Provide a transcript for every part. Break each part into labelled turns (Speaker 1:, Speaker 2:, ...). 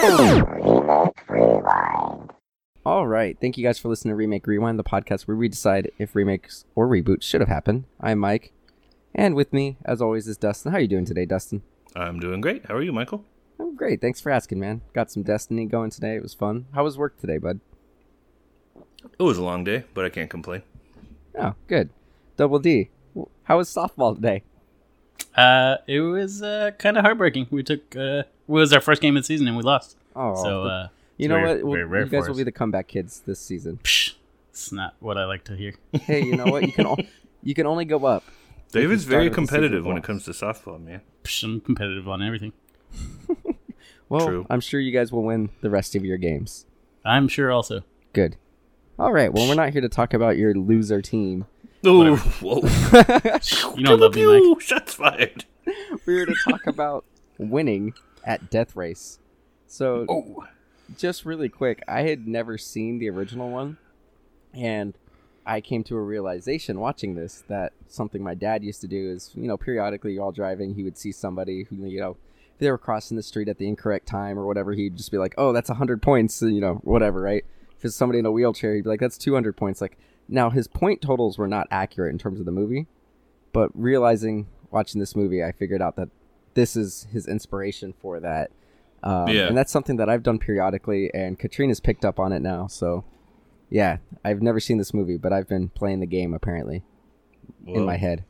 Speaker 1: Remake Rewind.
Speaker 2: All right. Thank you guys for listening to Remake Rewind, the podcast where we decide if remakes or reboots should have happened. I'm Mike. And with me, as always, is Dustin. How are you doing today, Dustin?
Speaker 3: I'm doing great. How are you, Michael?
Speaker 2: I'm great. Thanks for asking, man. Got some Destiny going today. It was fun. How was work today, bud?
Speaker 3: It was a long day, but I can't complain.
Speaker 2: Oh, good. Double D. How was softball today?
Speaker 4: Uh, it was uh, kind of heartbreaking. We took uh, it was our first game of the season and we lost.
Speaker 2: Oh,
Speaker 4: so uh,
Speaker 2: you
Speaker 4: it's
Speaker 2: know
Speaker 4: very-
Speaker 2: what? We'll-
Speaker 4: very rare
Speaker 2: you guys
Speaker 4: for
Speaker 2: will
Speaker 4: us.
Speaker 2: be the comeback kids this season.
Speaker 4: psh, it's not what I like to hear.
Speaker 2: hey, you know what? You can o- you can only go up.
Speaker 3: David's
Speaker 2: started
Speaker 3: very
Speaker 2: with the Super
Speaker 3: competitive when it
Speaker 2: Bowl.
Speaker 3: comes to softball, man.
Speaker 4: Psh, I'm competitive on everything.
Speaker 2: Well,
Speaker 3: True.
Speaker 2: I'm sure you guys will win the rest of your games.
Speaker 4: I'm sure also.
Speaker 2: Good. All right. Well, we're not here to talk about your loser team.
Speaker 3: Oh, whoa.
Speaker 4: You don't love me, Mike.
Speaker 3: Pew, shots fired.
Speaker 2: We're here to talk about winning at Death Race. So,
Speaker 3: Oh.
Speaker 2: just really quick, I had never seen the original one, and I came to a realization watching this that something my dad used to do is, you know, periodically while driving, he would see somebody who, you know, if they were crossing the street at the incorrect time or whatever, he'd just be like, "Oh, that's hundred points," you know, whatever, right? If it's somebody in a wheelchair, he'd be like, "That's two hundred points." Like now, his point totals were not accurate in terms of the movie, but realizing watching this movie, I figured out that this is his inspiration for that. Um,
Speaker 3: Yeah.
Speaker 2: And that's something that I've done periodically, and Katrina's picked up on it now. So, yeah, I've never seen this movie, but I've been playing the game apparently in
Speaker 3: Well,
Speaker 2: my head.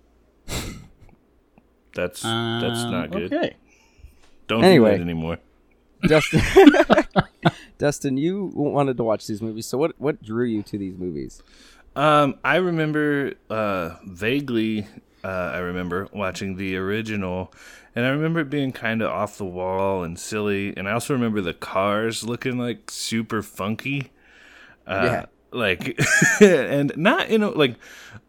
Speaker 3: That's
Speaker 4: Um,
Speaker 3: that's not good.
Speaker 4: Okay.
Speaker 3: Don't
Speaker 2: Anyway.
Speaker 3: do that anymore.
Speaker 2: Dustin, Dustin, you wanted to watch these movies. So what what drew you to these movies?
Speaker 3: Um, I remember uh, vaguely. Uh, I remember watching the original, and I remember it being kind of off the wall and silly. And I also remember the cars looking like super funky. Uh,
Speaker 2: Yeah.
Speaker 3: Like, and not you know, like,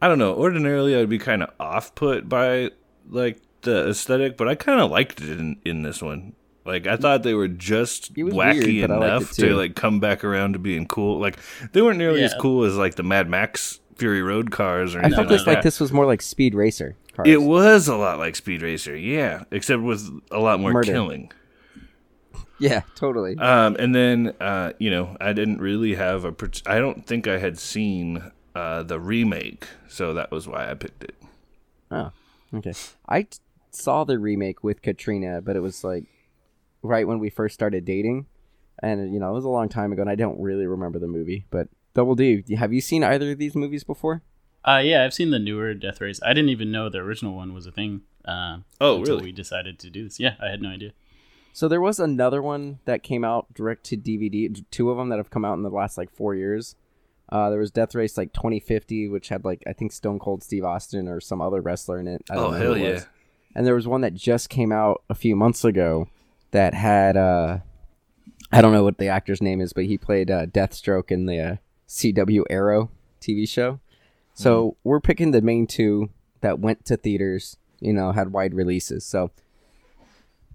Speaker 3: I don't know. Ordinarily, I'd be kind of off put by like the aesthetic, but I kind of liked it in, in this one. Like, I thought they were just
Speaker 2: It was
Speaker 3: wacky
Speaker 2: weird, but I liked
Speaker 3: enough
Speaker 2: it
Speaker 3: to
Speaker 2: too.
Speaker 3: like come back around to being cool. Like, they weren't nearly as
Speaker 4: Yeah.
Speaker 3: cool cool as like the Mad Max Fury Road cars or
Speaker 2: I
Speaker 3: anything
Speaker 2: felt
Speaker 3: like,
Speaker 2: this like
Speaker 3: that.
Speaker 2: this was more like Speed Racer cars.
Speaker 3: It was a lot like Speed Racer, yeah, except with a lot more
Speaker 2: Murder.
Speaker 3: killing.
Speaker 2: yeah, totally.
Speaker 3: Um, and then uh, you know, I didn't really have a. part- I don't think I had seen uh, the remake, so that was why I picked it.
Speaker 2: Oh, okay. I t- saw the remake with Katrina, but it was like right when we first started dating, and you know it was a long time ago, and I don't really remember the movie. But Double D, have you seen either of these movies before?
Speaker 4: Uh, yeah, I've seen the newer Death Race. I didn't even know the original one was a thing. Um,
Speaker 3: Oh,
Speaker 4: until
Speaker 3: really?
Speaker 4: We decided to do this. Yeah, I had no idea.
Speaker 2: So there was another one that came out direct to DVD. Two of them that have come out in the last like four years. Uh, there was Death Race like 2050, which had like I think Stone Cold Steve Austin or some other wrestler in it. I don't
Speaker 3: Oh
Speaker 2: know
Speaker 3: hell
Speaker 2: who it
Speaker 3: yeah!
Speaker 2: was. And there was one that just came out a few months ago that had uh, I don't know what the actor's name is, but he played uh, Deathstroke in the uh, CW Arrow TV show. So
Speaker 3: Mm-hmm.
Speaker 2: we're picking the main two that went to theaters. You know, had wide releases. So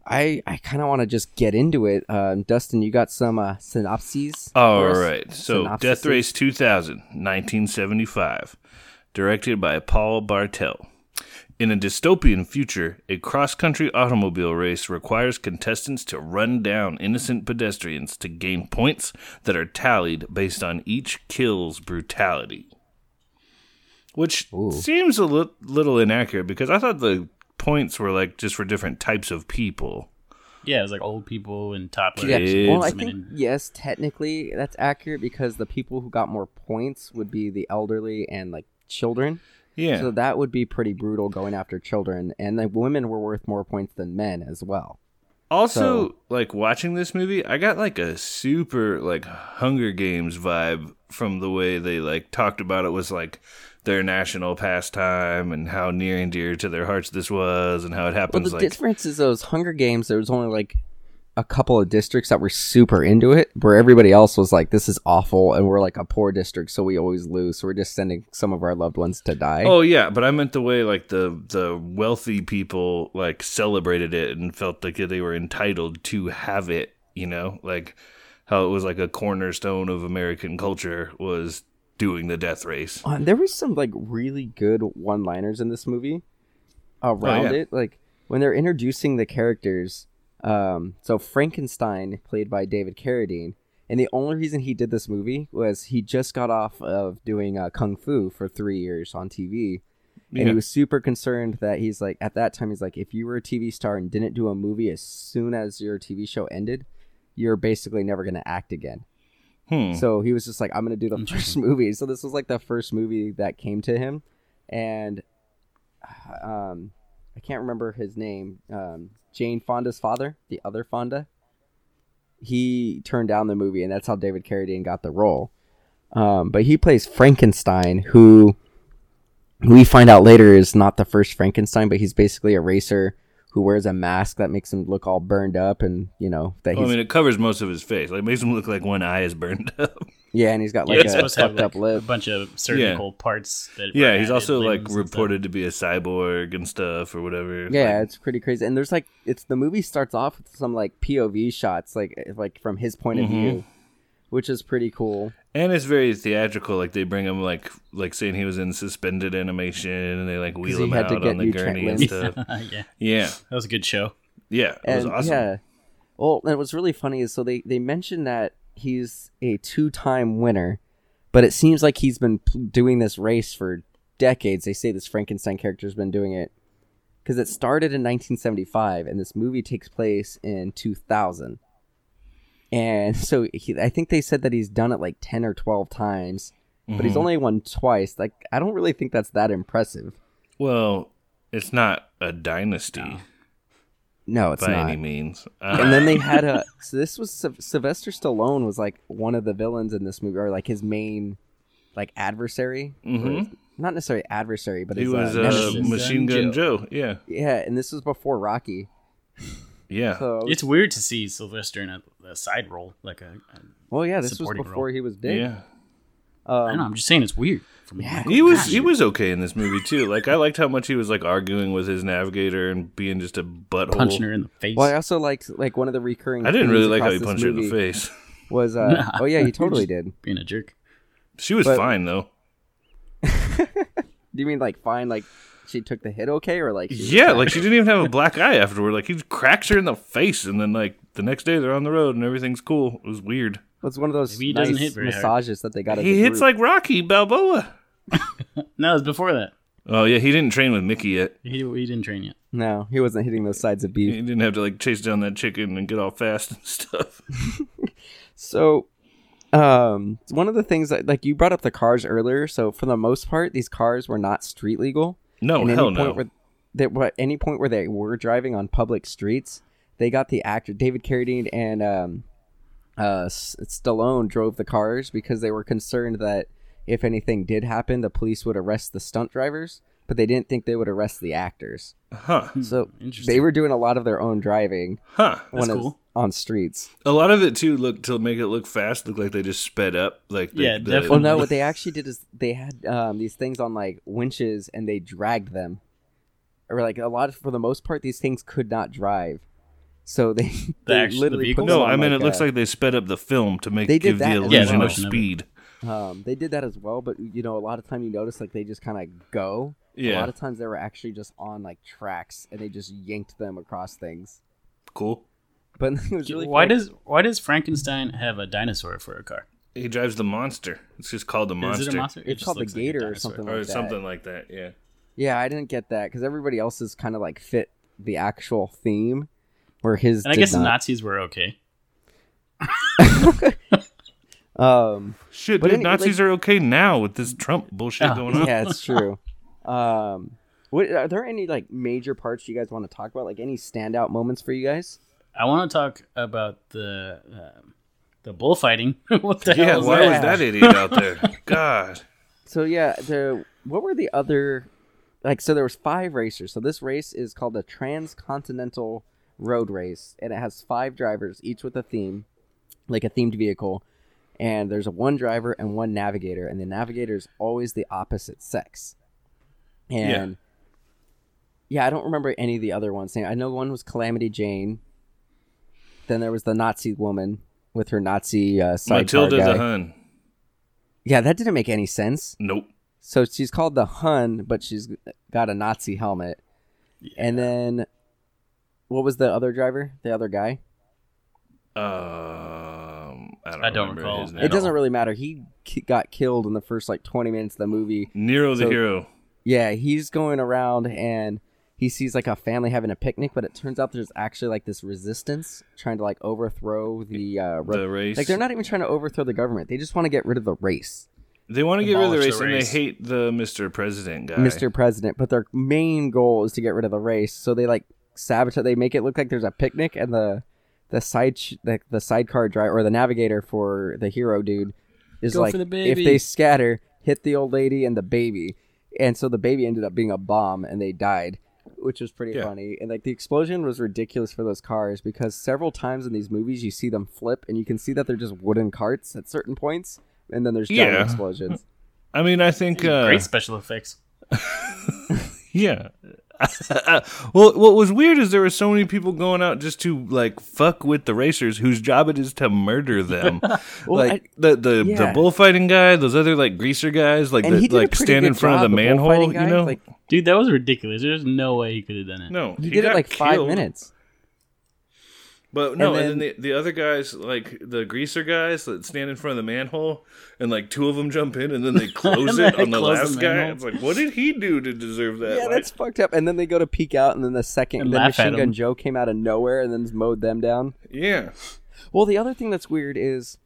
Speaker 2: I I kind of want to just get into it. Um, Dustin, you got some uh, synopses?
Speaker 3: All
Speaker 2: for us?
Speaker 3: Oh, right. So
Speaker 2: Synopsises?
Speaker 3: Death Race 2000, 1975, directed by Paul Bartel. In a dystopian future, a cross country automobile race requires contestants to run down innocent pedestrians to gain points that are tallied based on each kill's brutality. Which
Speaker 2: Ooh.
Speaker 3: seems a lit little inaccurate because I thought the points were like just for different types of people.
Speaker 4: Yeah, it was like old people and toddlers.
Speaker 2: Yeah.
Speaker 3: Kids.
Speaker 2: Well, I
Speaker 4: I mean,
Speaker 2: think yes, technically that's accurate because the people who got more points would be the elderly and like children.
Speaker 3: Yeah.
Speaker 2: So that would be pretty brutal going after children, and the women were worth more points than men as well.
Speaker 3: Also,
Speaker 2: So-
Speaker 3: like watching this movie, I got like a super like Hunger Games vibe from the way they like talked about it was like their national pastime and how near and dear to their hearts this was and how it
Speaker 2: Well,
Speaker 3: happens
Speaker 2: the
Speaker 3: like
Speaker 2: difference is those Hunger Games. There was only like a couple of districts that were super into it, where everybody else was like, "This is awful," and we're like a poor district, so we always lose. So we're just sending some of our loved ones to die.
Speaker 3: Oh yeah, but I meant the way like the the wealthy people like celebrated it and felt like they were entitled to have it, you know? Like how it was like a cornerstone of American culture was doing the death race.
Speaker 2: Uh, there was some like really good one-liners in this movie around
Speaker 3: yeah.
Speaker 2: it. Like when they're introducing the characters, Um, so Frankenstein, played by David Carradine, and the only reason he did this movie was he just got off of doing uh, kung fu for three years on TV, and
Speaker 3: Yeah.
Speaker 2: he was super concerned that he's like at that time he's like if you were a TV star and didn't do a movie as soon as your TV show ended, you're basically never gonna act again.
Speaker 3: Hmm.
Speaker 2: So he was just like, I'm gonna do the first
Speaker 4: Mm. Interesting.
Speaker 2: movie. So this was like the first movie that came to him, and um, I can't remember his name. Um, Jane Fonda's father, the other Fonda, he turned down the movie, and that's how David Carradine got the role. Um, but he plays Frankenstein, who we find out later is not the first Frankenstein, but he's basically a racer who wears a mask that makes him look all burned up, and you know
Speaker 4: Oh,
Speaker 2: that
Speaker 3: Well,
Speaker 2: he's
Speaker 3: I mean, it covers most of his face. Like, makes him look like one eye is burned up.
Speaker 2: yeah, and he's got
Speaker 4: Yeah,
Speaker 2: like
Speaker 4: it's
Speaker 2: a
Speaker 4: supposed to have
Speaker 2: fucked
Speaker 4: like,
Speaker 2: up
Speaker 4: a
Speaker 2: lip.
Speaker 4: bunch of surgical parts. That were
Speaker 3: yeah, he's
Speaker 4: added,
Speaker 3: also
Speaker 4: limbs
Speaker 3: like
Speaker 4: and stuff.
Speaker 3: reported to be a cyborg and stuff or whatever.
Speaker 2: Yeah,
Speaker 3: Like,
Speaker 2: it's pretty crazy. And there's like it's the movie starts off with some like POV shots, like like from his point of
Speaker 3: Mhm.
Speaker 2: view, which is pretty cool.
Speaker 3: and it's very theatrical. Like they bring him like like saying he was in suspended animation, and they like wheel
Speaker 2: he
Speaker 3: him
Speaker 2: had
Speaker 3: out
Speaker 2: to get
Speaker 3: on the
Speaker 2: new Trent
Speaker 3: gurney and
Speaker 2: limbs.
Speaker 3: stuff.
Speaker 4: yeah,
Speaker 3: yeah,
Speaker 4: that was a good show.
Speaker 3: yeah, it
Speaker 2: And
Speaker 3: was awesome.
Speaker 2: yeah, well, and what's really funny is so they they mentioned that he's a two time winner, but it seems like he's been p- doing this race for decades. They say this Frankenstein character's been doing it because it started in 1975, and this movie takes place in 2000. And so he, I think they said that he's done it like 10 or 12 times, but he's
Speaker 3: Mhm.
Speaker 2: only won twice. Like, I don't really think that's that impressive.
Speaker 3: well, it's not a dynasty
Speaker 2: No, it's
Speaker 3: by
Speaker 2: not.
Speaker 3: any means.
Speaker 2: and then they had a so this was Sy- Sylvester Stallone was like one of the villains in this movie or like his main like adversary or
Speaker 3: Mhm.
Speaker 2: his- not necessarily adversary but
Speaker 3: he
Speaker 2: his,
Speaker 3: was
Speaker 2: uh,
Speaker 3: uh,
Speaker 2: nemesis.
Speaker 3: Machine Gun Joe. Yeah,
Speaker 2: yeah and this was before Rocky
Speaker 3: yeah.
Speaker 2: so
Speaker 4: It's weird to see Sylvester in a, a side role, like a. a
Speaker 2: well yeah this was
Speaker 4: supporting
Speaker 2: before he was big
Speaker 3: yeah,
Speaker 4: I don't know. I'm just saying it's weird. For me.
Speaker 3: he was he was okay in this movie too. Like I liked how much he was like arguing with his navigator and being just a butthole.
Speaker 4: punching her in the face.
Speaker 2: well I also liked like one of the recurring
Speaker 3: I didn't
Speaker 2: themes
Speaker 3: really like how
Speaker 2: across
Speaker 3: he
Speaker 2: this
Speaker 3: punched her in the
Speaker 2: movie
Speaker 3: face.
Speaker 2: was uh
Speaker 4: Nah.
Speaker 2: oh yeah you totally did
Speaker 4: being a jerk.
Speaker 3: She was
Speaker 2: But-
Speaker 3: fine though.
Speaker 2: do you mean like fine like she took the hit okay or like she was
Speaker 3: Yeah,
Speaker 2: fine?
Speaker 3: like she didn't even have a black eye afterward. Like he cracks her in the face, and then like the next day they're on the road and everything's cool. It was weird.
Speaker 2: it was one of those
Speaker 4: Maybe he
Speaker 2: nice
Speaker 4: doesn't hit very hard.
Speaker 2: massages that they got as
Speaker 3: He
Speaker 2: a
Speaker 3: hits
Speaker 2: group.
Speaker 3: like Rocky Balboa.
Speaker 4: No, it was before that.
Speaker 3: Oh yeah, he didn't train with Mickey yet.
Speaker 4: He, he didn't train yet.
Speaker 2: no he wasn't hitting those sides of beef
Speaker 3: He didn't have to like chase down that chicken and get all fast and stuff.
Speaker 2: So, um, one of the things that like you brought up the cars earlier. So for the most part, these cars were not street legal.
Speaker 3: No,
Speaker 2: And
Speaker 3: Oh, hell no.
Speaker 2: Point where that what any point where they were driving on public streets, they got the actor David Carradine and um, uh, S- Stallone drove the cars because they were concerned that if anything did happen, the police would arrest the stunt drivers, but they didn't think they would arrest the actors.
Speaker 3: Huh?
Speaker 2: So
Speaker 4: Interesting.
Speaker 2: they were doing a lot of their own driving
Speaker 3: Huh?
Speaker 2: when it's
Speaker 4: cool.
Speaker 2: on streets.
Speaker 3: A lot of it too looked to make it look fast. Looked like they just sped up. Like the-
Speaker 4: Yeah,
Speaker 3: the-
Speaker 4: definitely.
Speaker 2: Well, no, what they actually did is they had um, these things on like winches and they dragged them. Or like a lot, for the most part, these things could not drive, so they, they
Speaker 4: actual- the
Speaker 2: literally put
Speaker 4: vehicle?
Speaker 2: them
Speaker 3: No,
Speaker 2: on,
Speaker 3: I mean it
Speaker 2: a-
Speaker 3: looks like they sped up the film to make
Speaker 2: They did
Speaker 3: give
Speaker 2: that
Speaker 3: the
Speaker 2: as well.
Speaker 3: illusion
Speaker 4: Yeah,
Speaker 3: of
Speaker 4: motion of it.
Speaker 3: speed.
Speaker 2: um, they did that as well. But you know, a lot of time you notice like they just kind of go. A lot
Speaker 3: Yeah,
Speaker 2: of times they were actually just on like tracks and they just yanked them across things.
Speaker 3: cool.
Speaker 2: But it was really
Speaker 4: why
Speaker 2: funny.
Speaker 4: does why does Frankenstein have a dinosaur for a car?
Speaker 3: He drives the monster. It's just called the monster.
Speaker 4: Is it a monster? It
Speaker 2: It's
Speaker 4: just
Speaker 2: called the
Speaker 4: looks like a
Speaker 2: gator or
Speaker 4: dinosaur.
Speaker 2: something.
Speaker 3: or
Speaker 2: like that.
Speaker 3: something like that. Yeah.
Speaker 2: Yeah, I didn't get that because everybody else's kind of like fit the actual theme, where his
Speaker 4: And I
Speaker 2: did
Speaker 4: guess the
Speaker 2: not.
Speaker 4: Nazis were okay.
Speaker 2: Um,
Speaker 3: Shit,
Speaker 2: But
Speaker 3: dude,
Speaker 2: any- Ah.
Speaker 3: Nazis are okay now with this Trump bullshit
Speaker 4: Oh,
Speaker 3: going on.
Speaker 2: yeah, it's true. Um, what, are there any like major parts you guys want to talk about? Like any standout moments for you guys?
Speaker 4: I want to talk about the um the bullfighting. what the
Speaker 3: Yeah,
Speaker 4: hell? Is
Speaker 3: why
Speaker 4: that?
Speaker 3: was that idiot out there? God.
Speaker 2: So yeah, the what were the other like? So there was five racers. So this race is called the Transcontinental Road Race, and it has five drivers, each with a theme, like a themed vehicle. And there's a one driver and one navigator, and the navigator is always the opposite sex. And yeah, I don't remember any of the other ones. I know one was Calamity Jane. Then there was the Nazi woman with her Nazi uh, sidecar
Speaker 3: Matilda
Speaker 2: guy.
Speaker 3: the Hun.
Speaker 2: Yeah, that didn't make any sense.
Speaker 3: Nope.
Speaker 2: So she's called the Hun, but she's got a Nazi helmet. And then What was the other driver? The other guy?
Speaker 3: Um, I don't,
Speaker 4: I don't
Speaker 3: remember
Speaker 4: recall.
Speaker 3: His
Speaker 4: It
Speaker 3: name.
Speaker 2: It doesn't really matter. He ki- got killed in the first like 20 minutes of the movie.
Speaker 3: Nero the
Speaker 2: So-
Speaker 3: hero.
Speaker 2: Yeah, he's going around and he sees like a family having a picnic, but it turns out there's actually like this resistance trying to like overthrow the uh re-
Speaker 3: The race.
Speaker 2: like they're not even trying to overthrow the government. They just want to get rid of the race.
Speaker 3: They want to get rid of the
Speaker 4: Abolish
Speaker 3: race,
Speaker 4: the race.
Speaker 3: and they hate the Mr. President guy.
Speaker 2: Mr. President, but their main goal is to get rid of the race. So they like sabotage. They make it look like there's a picnic, and the the side sh- the, the sidecar driver or the navigator for the hero dude is
Speaker 4: Go
Speaker 2: like,
Speaker 4: for the
Speaker 2: if
Speaker 4: baby.
Speaker 2: they scatter, hit the old lady and the baby, and so the baby ended up being a bomb, and they died, which was pretty
Speaker 3: Yeah.
Speaker 2: funny. And like the explosion was ridiculous for those cars because several times in these movies you see them flip, and you can see that they're just wooden carts at certain points, and then there's giant
Speaker 3: Yeah.
Speaker 2: explosions.
Speaker 3: I mean, I think. Uh,
Speaker 4: Great special effects.
Speaker 3: Yeah. well, what was weird is there were so many people going out just to like fuck with the racers, whose job it is to murder them. like
Speaker 2: I-
Speaker 3: the the, the
Speaker 2: yeah.
Speaker 3: bullfighting guy, those other like greaser guys, like
Speaker 2: And he
Speaker 3: that
Speaker 2: did a
Speaker 3: like
Speaker 2: pretty
Speaker 3: stand in
Speaker 2: good
Speaker 3: front of
Speaker 2: job,
Speaker 3: the manhole.
Speaker 2: bullfighting
Speaker 3: you
Speaker 2: guy,
Speaker 3: know,
Speaker 2: like,
Speaker 4: Dude, that was ridiculous. There's no way he could have done it.
Speaker 3: no,
Speaker 2: He, did it
Speaker 3: got
Speaker 2: like five
Speaker 3: killed.
Speaker 2: minutes.
Speaker 3: But no, and then,
Speaker 2: then-
Speaker 3: the, the other guys, like the greaser guys, that stand in front of the manhole, and like two of them jump in, and then they close
Speaker 4: then
Speaker 3: it
Speaker 4: they
Speaker 3: on the
Speaker 4: close the
Speaker 3: last guy.
Speaker 4: manhole.
Speaker 3: It's like, what did he do to deserve that?
Speaker 2: Yeah,
Speaker 3: Like,
Speaker 2: that's fucked up. And then they go to peek out, and then the second
Speaker 4: And
Speaker 2: then
Speaker 4: laugh at
Speaker 2: Machine Gun
Speaker 4: him.
Speaker 2: Joe came out of nowhere and then mowed them down.
Speaker 3: yeah.
Speaker 2: Well, the other thing that's weird is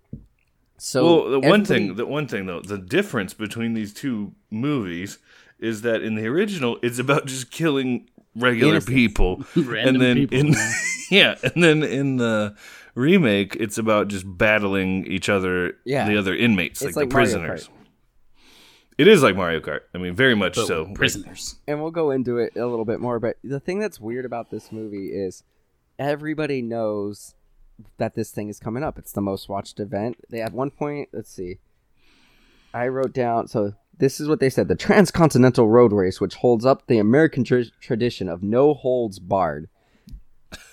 Speaker 2: so
Speaker 3: Well, the one
Speaker 2: everybody-
Speaker 3: thing, the one thing though, the difference between these two movies is that in the original, it's about just killing regular
Speaker 2: Innocents.
Speaker 3: people,
Speaker 4: Random
Speaker 3: and then
Speaker 4: people,
Speaker 3: in
Speaker 4: man.
Speaker 3: yeah, and then in the remake, it's about just battling each other,
Speaker 2: Yeah.
Speaker 3: the other inmates,
Speaker 2: It's
Speaker 3: like,
Speaker 2: like
Speaker 3: the
Speaker 2: Mario
Speaker 3: prisoners. It is like Mario Kart. I mean, very much
Speaker 4: But
Speaker 3: so. Like,
Speaker 4: prisoners.
Speaker 2: and we'll go into it a little bit more, but the thing that's weird about this movie is everybody knows that this thing is coming up. It's the most watched event. They at one point, let's see. I wrote down so this is what they said, the Transcontinental Road Race which holds up the American tr- tradition of no holds barred.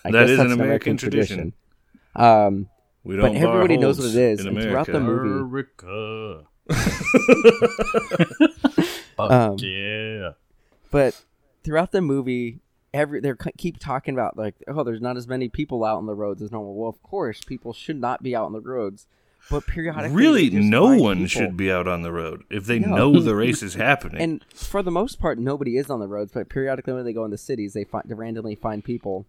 Speaker 2: I
Speaker 3: That
Speaker 2: guess
Speaker 3: is an
Speaker 2: that's
Speaker 3: American tradition.
Speaker 2: Um
Speaker 3: we
Speaker 2: but
Speaker 3: don't. bar
Speaker 2: everybody knows
Speaker 3: holds
Speaker 2: what it is,
Speaker 3: in
Speaker 2: and throughout
Speaker 3: America.
Speaker 2: the movie-
Speaker 4: America. Fuck
Speaker 2: Um,
Speaker 4: yeah.
Speaker 2: but throughout the movie every they keep talking about like oh there's not as many people out on the roads as normal well of course people should not be out on the roads but periodically
Speaker 3: really,
Speaker 2: they just
Speaker 3: no
Speaker 2: find
Speaker 3: one
Speaker 2: people.
Speaker 3: should be out on the road if they
Speaker 2: No.
Speaker 3: know the race is happening.
Speaker 2: and for the most part nobody is on the roads but periodically when they go in the cities they find they randomly find people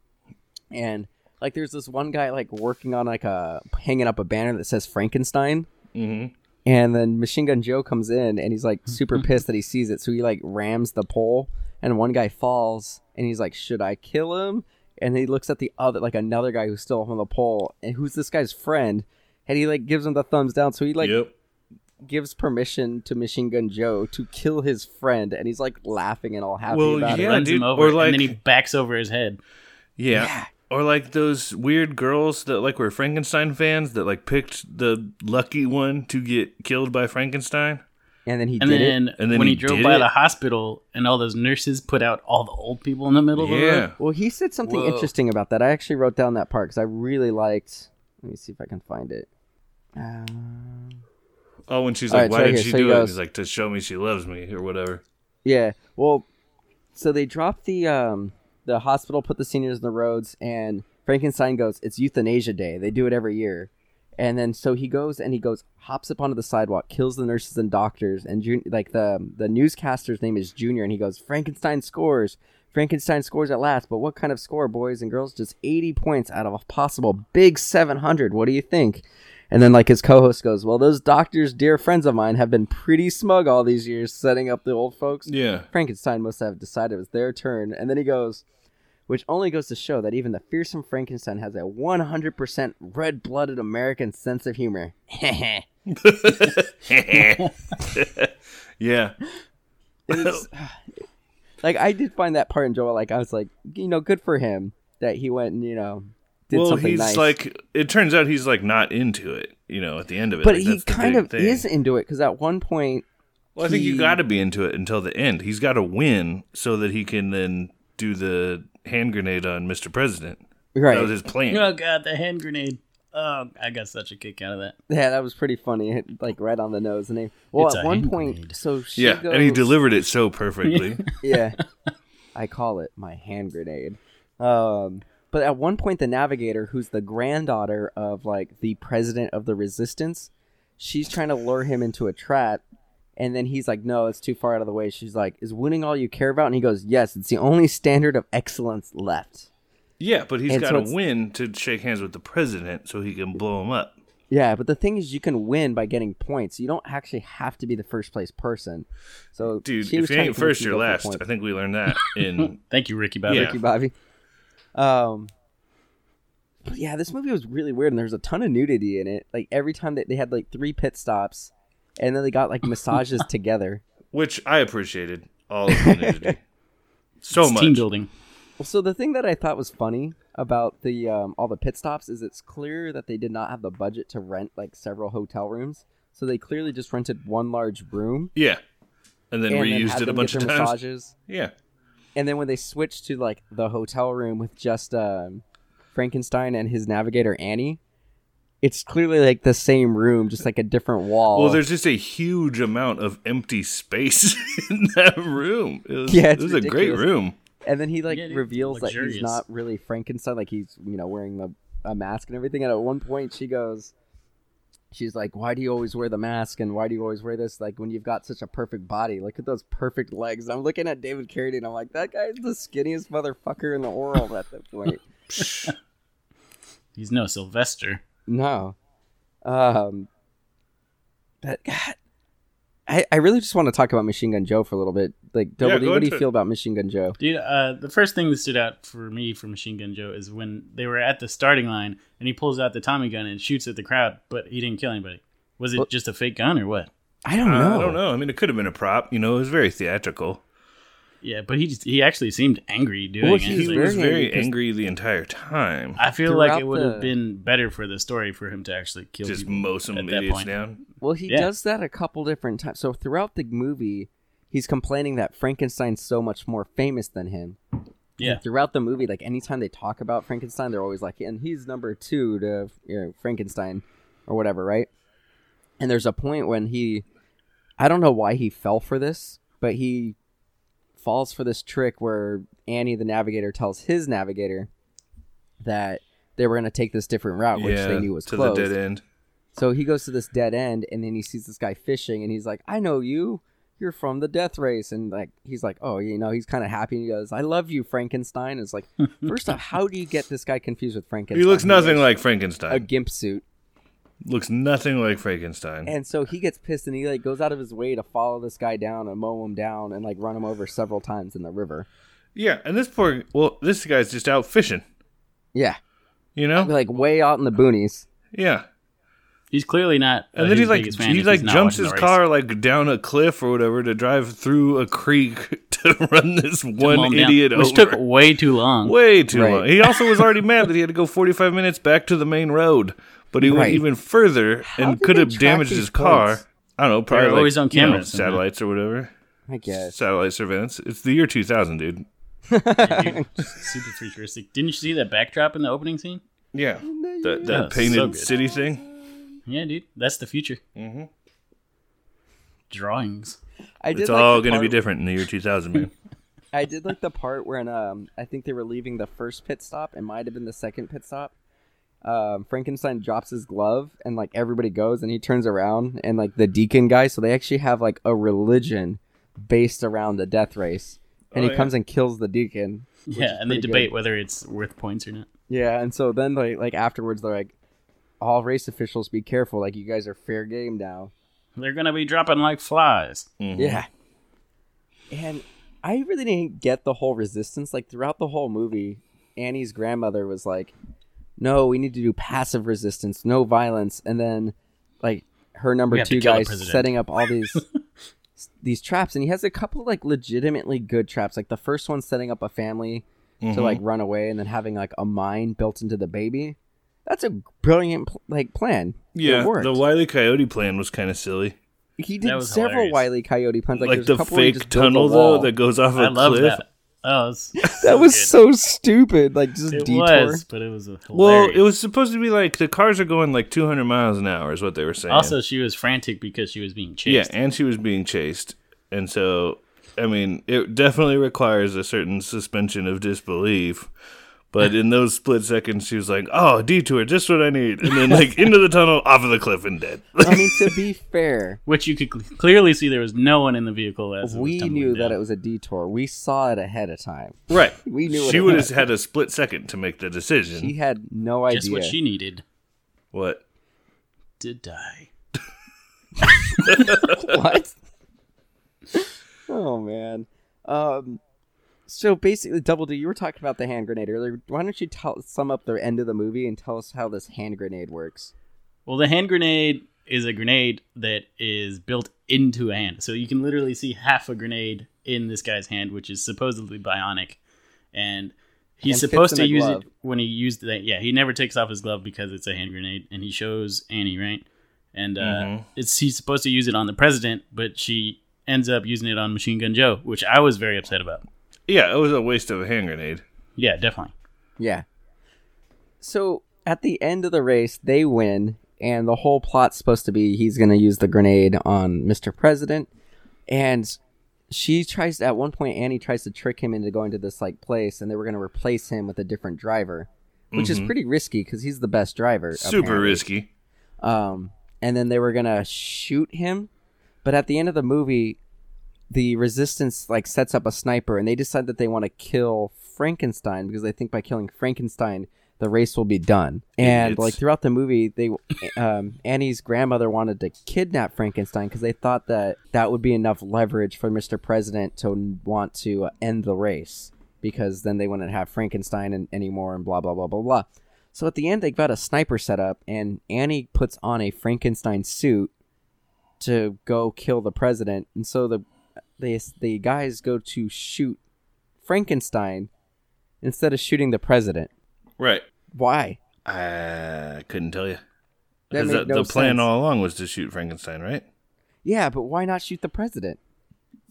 Speaker 2: and like there's this one guy like working on like a hanging up a banner that says frankenstein
Speaker 3: Mhm.
Speaker 2: And then Machine Gun Joe comes in and he's like super pissed that he sees it. So he like rams the pole and one guy falls and he's like, Should I kill him? And he looks at the other, like another guy who's still on the pole and who's this guy's friend. And he like gives him the thumbs down. So he like
Speaker 3: yep.
Speaker 2: gives permission to Machine Gun Joe to kill his friend. And he's like laughing and all happy
Speaker 3: Well,
Speaker 2: about
Speaker 3: yeah,
Speaker 2: it.
Speaker 4: Runs
Speaker 3: dude,
Speaker 4: him over,
Speaker 3: or
Speaker 4: and
Speaker 3: like-
Speaker 4: then he backs over his head.
Speaker 3: Yeah. Or like those weird girls that like were Frankenstein fans that like picked the lucky one to get killed by Frankenstein.
Speaker 2: And then he
Speaker 4: And
Speaker 2: did it.
Speaker 4: then,
Speaker 3: And then
Speaker 4: when
Speaker 3: he
Speaker 4: he, drove
Speaker 3: did
Speaker 4: by
Speaker 3: it?
Speaker 4: the hospital and all those nurses put out all the old people in the middle of the road.
Speaker 3: Yeah.
Speaker 2: Well, he said something
Speaker 4: Whoa.
Speaker 2: interesting about that. I actually wrote down that part because I really liked. Let me see if I can find it. Um
Speaker 3: Oh, when she's
Speaker 2: All
Speaker 3: like,
Speaker 2: right,
Speaker 3: "Why
Speaker 2: so
Speaker 3: did
Speaker 2: here-
Speaker 3: she
Speaker 2: so he
Speaker 3: do it?"
Speaker 2: goes-
Speaker 3: He's like, "To show me she loves me" or whatever.
Speaker 2: Yeah. Well, so they dropped the um the hospital put the seniors in the roads and Frankenstein goes, "It's euthanasia day. They do it every year." And then so he goes and he goes hops up onto the sidewalk, kills the nurses and doctors and Jun- like the the newscaster's name is Junior and he goes, "Frankenstein scores. Frankenstein scores at last, but what kind of score, boys and girls? Just 80 points out of a possible big 700. What do you think?" And then like his co-host goes, "Well, those doctors, dear friends of mine, have been pretty smug all these years setting up the old folks."
Speaker 3: Yeah.
Speaker 2: Frankenstein must have decided it was their turn, and then he goes, which only goes to show that even the fearsome Frankenstein has a 100% red blooded American sense of humor. and
Speaker 3: yeah.
Speaker 2: it's, ah, like, I did find that part enjoyable. Like, I was like, you know, good for him that he went and, you know, did
Speaker 3: well,
Speaker 2: something
Speaker 3: he's
Speaker 2: nice.
Speaker 3: like, it turns out he's like not into it. You know, at the end of it,
Speaker 2: but
Speaker 3: Like,
Speaker 2: he
Speaker 3: that's the
Speaker 2: kind
Speaker 3: big
Speaker 2: of
Speaker 3: thing.
Speaker 2: is into it because at one point,
Speaker 3: Well, I think you
Speaker 2: he-
Speaker 3: got to be into it until the end. He's got to win so that he can then do the hand grenade on Mr. President. That was
Speaker 2: right?
Speaker 3: his plan.
Speaker 4: Oh god, the hand grenade. Oh, I got such a kick out of that.
Speaker 2: Yeah, that was pretty funny. Like right on the nose. And they, well,
Speaker 4: It's
Speaker 2: at
Speaker 4: a
Speaker 2: one
Speaker 4: hand
Speaker 2: point,
Speaker 4: grenade.
Speaker 2: so she
Speaker 3: Yeah, and he
Speaker 2: goes-
Speaker 3: delivered it so perfectly.
Speaker 2: yeah. I call it my hand grenade. Um, but But at one point, the Navigator, who's the granddaughter of like the president of the Resistance, she's trying to lure him into a trap, and then he's like, "No, it's too far out of the way." She's like, "Is winning all you care about?" And he goes, "Yes, it's the only standard of excellence left."
Speaker 3: Yeah, but he's
Speaker 2: And
Speaker 3: got
Speaker 2: so
Speaker 3: to
Speaker 2: it's-
Speaker 3: win to shake hands with the president so he can blow him up.
Speaker 2: Yeah, but the thing is, you can win by getting points. You don't actually have to be the first place person. So,
Speaker 3: Dude,
Speaker 2: she was
Speaker 3: if
Speaker 2: trying
Speaker 3: you
Speaker 2: to
Speaker 3: ain't
Speaker 2: convince
Speaker 3: first,
Speaker 2: you to
Speaker 3: you're
Speaker 2: go for
Speaker 3: last.
Speaker 2: points.
Speaker 3: I think we learned that in
Speaker 4: Thank you, Ricky Bobby.
Speaker 3: Yeah.
Speaker 2: Thank you, Bobby. Um, but yeah, this movie was really weird, and there was a ton of nudity in it. Like every time that they had like three pit stops, and then they got like massages together.
Speaker 3: which I appreciated all of the nudity so
Speaker 4: It's
Speaker 3: much.
Speaker 4: team building.
Speaker 2: Well, So the thing that I thought was funny about the um, all the pit stops is it's clear that they did not have the budget to rent like several hotel rooms, so they clearly just rented one large room
Speaker 3: Yeah, and then
Speaker 2: and then
Speaker 3: reused
Speaker 2: had
Speaker 3: it a
Speaker 2: them
Speaker 3: bunch
Speaker 2: get
Speaker 3: of
Speaker 2: their
Speaker 3: times.
Speaker 2: massages.
Speaker 3: Yeah,
Speaker 2: And then when they switched to like the hotel room with just um, Frankenstein and his navigator Annie, it's clearly like the same room, just like a different wall.
Speaker 3: Well, there's just a huge amount of empty space in that room. It was,
Speaker 2: Yeah,
Speaker 3: it
Speaker 2: it's
Speaker 3: was a great
Speaker 2: ridiculous.
Speaker 3: room.
Speaker 2: and then he like
Speaker 4: Yeah, dude,
Speaker 2: reveals that he's
Speaker 4: luxurious.
Speaker 2: not really Frankenstein, like he's you know wearing the a mask and everything. And at one point, she goes, she's like, "Why do you always wear the mask? And why do you always wear this? Like when you've got such a perfect body, look at those perfect legs." And I'm looking at David Carradine. I'm like, that guy's the skinniest motherfucker in the world at that point.
Speaker 4: He's no Sylvester.
Speaker 2: No. Um but God I, I really just want to talk about Machine Gun Joe for a little bit. Like Double
Speaker 3: Yeah,
Speaker 2: D,
Speaker 3: go
Speaker 2: what do
Speaker 3: into
Speaker 2: you
Speaker 3: it.
Speaker 2: feel about Machine Gun Joe?
Speaker 4: Dude, uh, the first thing that stood out for me for Machine Gun Joe is when they were at the starting line and he pulls out the Tommy gun and shoots at the crowd, but he didn't kill anybody. Was it
Speaker 2: Well-
Speaker 4: just a fake gun or what?
Speaker 2: I don't
Speaker 3: Uh,
Speaker 2: know.
Speaker 3: I don't know. I mean, it could have been a prop. You know, it was very theatrical.
Speaker 4: Yeah, but he just, he actually seemed angry doing
Speaker 2: Well,
Speaker 4: it.
Speaker 2: he's
Speaker 3: he
Speaker 4: It's like-
Speaker 2: very
Speaker 3: was very
Speaker 2: angry 'cause-
Speaker 3: angry the entire time.
Speaker 4: I feel like
Speaker 2: throughout
Speaker 4: it would
Speaker 2: the-
Speaker 4: have been better for the story for him to actually kill
Speaker 3: Just
Speaker 4: people
Speaker 3: mow some
Speaker 4: at that
Speaker 3: idiots
Speaker 4: point.
Speaker 3: down.
Speaker 2: Well, he
Speaker 4: Yeah.
Speaker 2: does that a couple different times. So throughout the movie, he's complaining that Frankenstein's so much more famous than him.
Speaker 4: Yeah.
Speaker 2: And throughout the movie, like anytime they talk about Frankenstein, they're always like, and he's number two to you know, Frankenstein or whatever, right? And there's a point when he, I don't know why he fell for this, but he falls for this trick where Annie the Navigator tells his navigator that they were going to take this different route, which
Speaker 3: yeah,
Speaker 2: they knew was
Speaker 3: to
Speaker 2: closed.
Speaker 3: the dead end.
Speaker 2: So he goes to this dead end, and then he sees this guy fishing, and he's like, "I know you. You're from the death race." And like, he's like, "Oh, you know." He's kind of happy. And he goes, "I love you, Frankenstein." It's like, first off, how do you get this guy confused with Frankenstein?
Speaker 3: He looks nothing
Speaker 2: wears
Speaker 3: like
Speaker 2: a
Speaker 3: Frankenstein.
Speaker 2: gimp suit,
Speaker 3: Looks nothing like Frankenstein.
Speaker 2: and so he gets pissed, and he like goes out of his way to follow this guy down and mow him down and like run him over several times in the river.
Speaker 3: yeah, and this poor well, this guy's just out fishing.
Speaker 2: Yeah,
Speaker 3: You know?
Speaker 2: like way out in the boonies.
Speaker 3: Yeah.
Speaker 4: He's clearly not. uh,
Speaker 3: And then
Speaker 4: his
Speaker 3: he's like,
Speaker 4: biggest fan
Speaker 3: he
Speaker 4: if
Speaker 3: like
Speaker 4: he's not
Speaker 3: jumps
Speaker 4: watching
Speaker 3: his
Speaker 4: the race.
Speaker 3: car like down a cliff or whatever to drive through a creek to run this
Speaker 4: Calm
Speaker 3: one
Speaker 4: down.
Speaker 3: idiot
Speaker 4: which
Speaker 3: over.
Speaker 4: took way too long.
Speaker 3: way too
Speaker 2: Right.
Speaker 3: long. He also was already mad that he had to go 45 minutes back to the main road, but he went
Speaker 2: Right.
Speaker 3: even further and
Speaker 2: did
Speaker 3: could
Speaker 2: they
Speaker 3: have
Speaker 2: track
Speaker 3: damaged
Speaker 2: these
Speaker 3: his car.
Speaker 2: points?
Speaker 3: I don't know, probably
Speaker 4: They're
Speaker 3: like,
Speaker 4: always on
Speaker 3: you know,
Speaker 4: cameras, isn't it?
Speaker 3: satellites or whatever.
Speaker 2: I guess.
Speaker 3: Satellite surveillance. It's the year 2000, dude.
Speaker 4: Dude, super futuristic. Didn't you see that backdrop in the opening scene?
Speaker 3: Yeah. That, that
Speaker 4: Yeah, so
Speaker 3: painted
Speaker 4: good.
Speaker 3: city thing.
Speaker 4: Yeah, dude, that's the future.
Speaker 3: Mm-hmm.
Speaker 4: Drawings.
Speaker 2: I did
Speaker 3: It's
Speaker 2: like
Speaker 3: all
Speaker 2: the
Speaker 3: going to be
Speaker 2: part-
Speaker 3: different in the year 2000, man.
Speaker 2: I did like the part when um I think they were leaving the first pit stop. It might have been the second pit stop. Um, Frankenstein drops his glove and like everybody goes and he turns around and like the deacon guy. So they actually have like a religion based around the death race. And
Speaker 3: Oh,
Speaker 2: he
Speaker 3: yeah.
Speaker 2: comes and kills the deacon.
Speaker 4: yeah, and they
Speaker 2: pretty
Speaker 4: debate whether it's worth points or not.
Speaker 2: Yeah, and so then like like afterwards they're like, all race officials be careful. Like you guys are fair game now.
Speaker 4: They're gonna be dropping like flies.
Speaker 3: Mhm.
Speaker 2: Yeah. And I really didn't get the whole resistance. Like throughout the whole movie, Annie's grandmother was like, "No, we need to do passive resistance, no violence." And then, like her
Speaker 4: We
Speaker 2: number
Speaker 4: have to
Speaker 2: two
Speaker 4: kill the
Speaker 2: guys
Speaker 4: president.
Speaker 2: setting up all these s- these traps, and he has a couple like legitimately good traps. Like the first one setting up a family
Speaker 3: Mhm.
Speaker 2: to like
Speaker 4: Mm-hmm.
Speaker 2: run away, and then having like a mine built into the baby. That's a brilliant pl- like plan. It
Speaker 3: Yeah.
Speaker 2: worked.
Speaker 3: The Wile E. Coyote plan was kind of silly.
Speaker 2: he
Speaker 4: That
Speaker 2: did
Speaker 4: was
Speaker 2: several
Speaker 4: hilarious.
Speaker 2: Wile E. Coyote puns, like,
Speaker 3: Like,
Speaker 2: there's a
Speaker 3: the
Speaker 2: couple where he
Speaker 3: fake
Speaker 2: just built a
Speaker 3: tunnel, though,
Speaker 2: wall.
Speaker 3: that goes off a
Speaker 4: I love
Speaker 3: cliff.
Speaker 4: that. Oh, it's
Speaker 2: That was so stupid. Like just
Speaker 4: It
Speaker 2: detour.
Speaker 4: was, but it was a hilarious.
Speaker 3: Well, it was supposed to be like the cars are going like 200 miles an hour, is what they were saying.
Speaker 4: also she was frantic because she was being chased.
Speaker 3: Yeah, and she was being chased. And so, I mean, it definitely requires a certain suspension of disbelief. But in those split seconds, she was like, "Oh, detour, just what I need," and then like into the tunnel, off of the cliff, and dead.
Speaker 2: I mean, to be fair,
Speaker 4: Which you could cl- clearly see there was no one in the vehicle as it was
Speaker 2: we
Speaker 4: tumbling
Speaker 2: knew
Speaker 4: down.
Speaker 2: that it was a detour. We saw it ahead of time.
Speaker 3: right.
Speaker 2: We knew what
Speaker 3: she
Speaker 2: it
Speaker 3: would have
Speaker 2: was.
Speaker 3: had a split second to make the decision.
Speaker 2: She had no idea.
Speaker 4: Hmm. Guess what she needed
Speaker 3: what?
Speaker 4: to die.
Speaker 2: what? oh man. Um. So basically, Double D, you were talking about the hand grenade earlier. Why don't you tell sum up the end of the movie and tell us how this hand grenade works?
Speaker 4: Well, the hand grenade is a grenade that is built into a hand. So you can literally see half a grenade in this guy's hand, which is supposedly bionic. And he's
Speaker 2: And fits
Speaker 4: supposed
Speaker 2: in
Speaker 4: to
Speaker 2: a
Speaker 4: use
Speaker 2: glove.
Speaker 4: it when he used that. Yeah, he never takes off his glove because it's a hand grenade. And he shows Annie, right? And uh,
Speaker 2: Mm-hmm.
Speaker 3: Mhm.
Speaker 4: it's he's supposed to use it on the president, but she ends up using it on Machine Gun Joe, which I was very upset about.
Speaker 3: Yeah, it was a waste of a hand grenade.
Speaker 4: Yeah, definitely.
Speaker 2: Yeah. So at the end of the race, they win, and the whole plot's supposed to be he's going to use the grenade on Mr. President. And she tries, at one point, Annie tries to trick him into going to this like place, and they were going to replace him with a different driver, which is pretty risky because he's the best driver.
Speaker 3: Mm-hmm. Super
Speaker 2: apparently.
Speaker 3: risky.
Speaker 2: Um, and then they were going to shoot him. But at the end of the movie, the resistance like sets up a sniper and they decide that they want to kill Frankenstein because they think by killing Frankenstein the race will be done. And
Speaker 3: Idiots.
Speaker 2: like throughout the movie, they um, Annie's grandmother wanted to kidnap Frankenstein because they thought that that would be enough leverage for Mr. President to want to end the race because then they wouldn't have Frankenstein and, anymore and blah blah blah blah blah. So at the end, they got a sniper set up, and Annie puts on a Frankenstein suit to go kill the president, and so the they the guys go to shoot Frankenstein instead of shooting the president.
Speaker 3: Right.
Speaker 2: Why?
Speaker 3: I couldn't tell you.
Speaker 2: That
Speaker 3: Because
Speaker 2: made
Speaker 3: the,
Speaker 2: no
Speaker 3: the plan
Speaker 2: sense.
Speaker 3: all along was to shoot Frankenstein, right?
Speaker 2: Yeah, but why not shoot the president?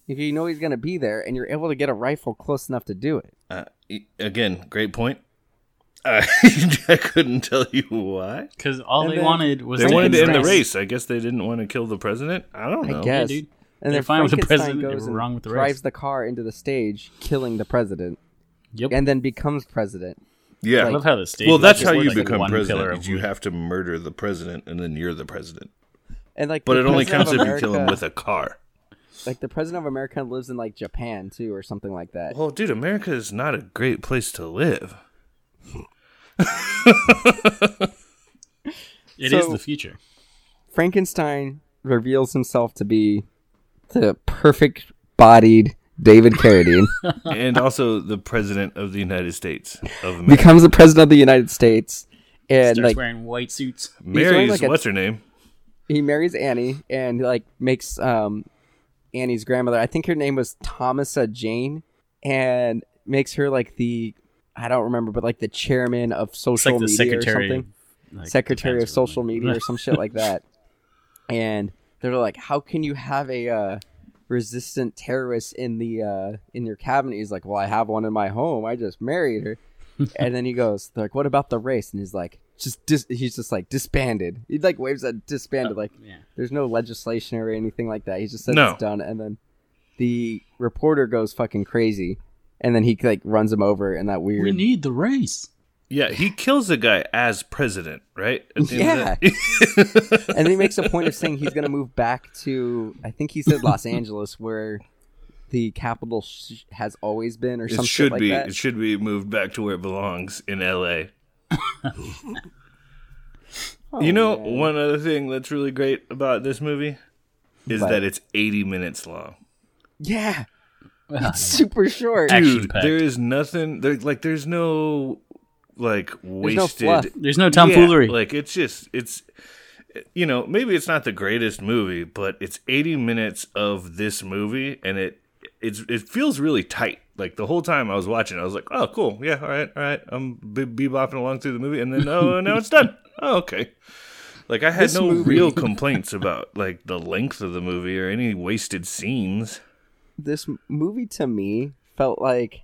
Speaker 2: If you know he's gonna be there, and you're able to get a rifle close enough to do it.
Speaker 3: Uh, e- again, great point. I, I couldn't tell you why.
Speaker 4: Because all
Speaker 2: And
Speaker 4: they
Speaker 2: then-
Speaker 4: wanted was
Speaker 3: They wanted to end the
Speaker 2: Frankenstein.
Speaker 3: race. I guess they didn't want to kill the president. I don't know.
Speaker 2: I guess.
Speaker 4: dude.
Speaker 2: And
Speaker 4: They're
Speaker 2: then
Speaker 4: fine with the
Speaker 2: Frankenstein
Speaker 4: president, they
Speaker 2: Goes
Speaker 4: were
Speaker 2: and
Speaker 4: wrong with the race.
Speaker 2: drives the car into the stage, killing the president,
Speaker 4: Yep.
Speaker 2: and then becomes president.
Speaker 3: Yeah.
Speaker 4: I love how the stage.
Speaker 3: well,
Speaker 4: was
Speaker 3: that's
Speaker 4: just
Speaker 3: how you
Speaker 4: like
Speaker 3: become
Speaker 4: one pillar
Speaker 3: president.
Speaker 4: of
Speaker 3: is You have to murder the president, and then you're the president.
Speaker 2: And like,
Speaker 3: But
Speaker 2: the
Speaker 3: it only
Speaker 2: president
Speaker 3: counts
Speaker 2: of
Speaker 3: if you kill him
Speaker 2: America-
Speaker 3: with a car.
Speaker 2: like the president of America lives in like Japan too, or something like that.
Speaker 3: Well, dude, America is not a great place to live.
Speaker 4: It is
Speaker 2: So-
Speaker 4: the future.
Speaker 2: Frankenstein reveals himself to be the perfect bodied David Carradine,
Speaker 3: and also the president of the United States of America.
Speaker 2: becomes the president of the United States, and
Speaker 4: Starts
Speaker 2: like
Speaker 4: wearing white suits.
Speaker 2: wearing
Speaker 3: Mary's,
Speaker 2: like a-
Speaker 3: what's her name?
Speaker 2: he marries Annie and like makes um Annie's grandmother. I think her name was Thomasa Jane, and makes her like the I don't remember, but like the chairman of
Speaker 4: It's
Speaker 2: social
Speaker 4: like the
Speaker 2: media or
Speaker 4: secretary.
Speaker 2: something.
Speaker 4: like,
Speaker 2: secretary of
Speaker 4: defense
Speaker 2: social
Speaker 4: something.
Speaker 2: media or some shit like that. And they're like, "How can you have a uh, resistant terrorist in the uh, in your cabinet?" He's like, "Well, I have one in my home. I just married her." and then he goes, "They're like, what about the race?" And he's like, "Just dis-, he's just like disbanded." He like waves at disbanded like
Speaker 4: yeah.
Speaker 2: there's no legislation or anything like that. He just says
Speaker 3: No.
Speaker 2: it's done, and then the reporter goes fucking crazy, and then he like runs him over in that weird.
Speaker 4: We need the race.
Speaker 3: Yeah, he kills a guy as president, right? At the end
Speaker 2: Yeah.
Speaker 3: of
Speaker 2: and he makes a point of saying he's going to move back to, I think he said Los Angeles, where the capital sh- has always been, or
Speaker 3: the-
Speaker 2: some
Speaker 3: it
Speaker 2: shit
Speaker 3: should
Speaker 2: like
Speaker 3: be
Speaker 2: that.
Speaker 3: it should be moved back to where it belongs in L.A. you know,
Speaker 2: Oh,
Speaker 3: one other thing that's really great about this movie is
Speaker 2: What?
Speaker 3: that it's 80 minutes long.
Speaker 2: yeah, it's super short.
Speaker 4: Action
Speaker 3: Dude,
Speaker 4: packed.
Speaker 3: there is nothing there like there's no like wasted
Speaker 2: fluff.
Speaker 4: There's no tomfoolery.
Speaker 3: Yeah, like it's just it's you know, maybe it's not the greatest movie, but it's 80 minutes of this movie and it it's it feels really tight. Like the whole time I was watching, I was like, "Oh, cool. Yeah, all right. All right. I'm be- bebopping along through the movie and then oh, now it's done." Oh, okay. Like I had
Speaker 2: This
Speaker 3: no
Speaker 2: movie-
Speaker 3: real complaints about like the length of the movie or any wasted scenes.
Speaker 2: This m- movie to me felt like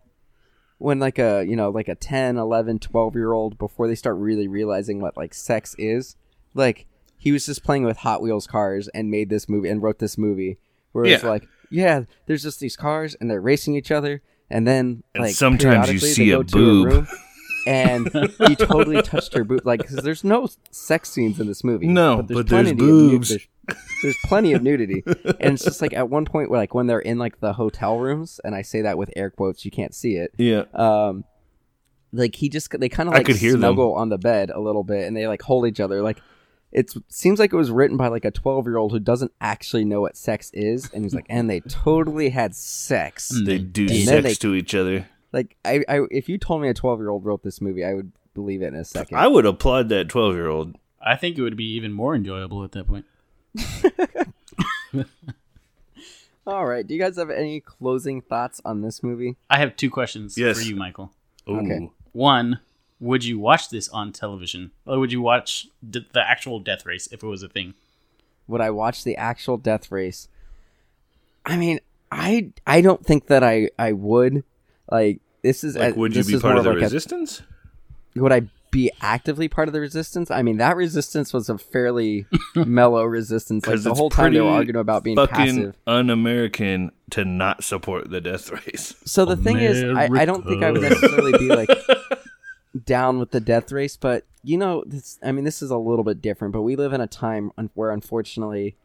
Speaker 2: when like a you know like a 10 11 12 year old before they start really realizing what like sex is like he was just playing with hot wheels cars and made this movie and wrote this movie where it's
Speaker 3: Yeah.
Speaker 2: like yeah there's just these cars and they're racing each other and then
Speaker 3: And
Speaker 2: like
Speaker 3: sometimes you
Speaker 2: periodically they
Speaker 3: see a
Speaker 2: go to
Speaker 3: boob.
Speaker 2: room. and he totally touched her boob. Like, 'cause there's no sex scenes in this movie.
Speaker 3: No, but there's
Speaker 2: plenty of nu-
Speaker 3: boobs.
Speaker 2: there's, there's plenty of nudity, and it's just like at one point, where like when they're in like the hotel rooms, and I say that with air quotes, you can't see it.
Speaker 3: Yeah.
Speaker 2: Um, like he just they kind of
Speaker 3: I
Speaker 2: like
Speaker 3: could hear them.
Speaker 2: snuggle on the bed a little bit, and they like hold each other. Like, it seems like it was written by like a 12 year old who doesn't actually know what sex is, and he's like, and they totally had sex.
Speaker 4: Mm.
Speaker 3: They do
Speaker 2: And then
Speaker 3: sex
Speaker 2: they-
Speaker 3: to each other.
Speaker 2: Like, I, I if you told me a 12 year old wrote this movie, I would believe it in a second.
Speaker 3: I would applaud that 12 year old.
Speaker 4: I think it would be even more enjoyable at that point.
Speaker 2: All right. Do you guys have any closing thoughts on this movie?
Speaker 4: I have two questions
Speaker 3: Yes.
Speaker 4: for you, Michael.
Speaker 3: Ooh.
Speaker 2: Okay.
Speaker 4: One, would you watch this on television, or would you watch d- the actual death race if it was a thing?
Speaker 2: Would I watch the actual death race? I mean, I I don't think that I I would. Like this is
Speaker 3: Like,
Speaker 2: a-
Speaker 3: would you
Speaker 2: Uh, this
Speaker 3: be
Speaker 2: is
Speaker 3: part
Speaker 2: more
Speaker 3: of the
Speaker 2: like a-
Speaker 3: resistance?
Speaker 2: would I be actively part of the resistance? I mean, that resistance was a fairly mellow resistance. Like
Speaker 3: 'Cause
Speaker 2: the
Speaker 3: it's
Speaker 2: whole time they were
Speaker 3: pretty
Speaker 2: arguing about being
Speaker 3: Fucking
Speaker 2: passive.
Speaker 3: un-American to not support the death race.
Speaker 2: So the thing is, I, I don't think I would
Speaker 4: America.
Speaker 2: necessarily be like down with the death race, but you know, this, I mean, this is a little bit different. But we live in a time un- where, unfortunately,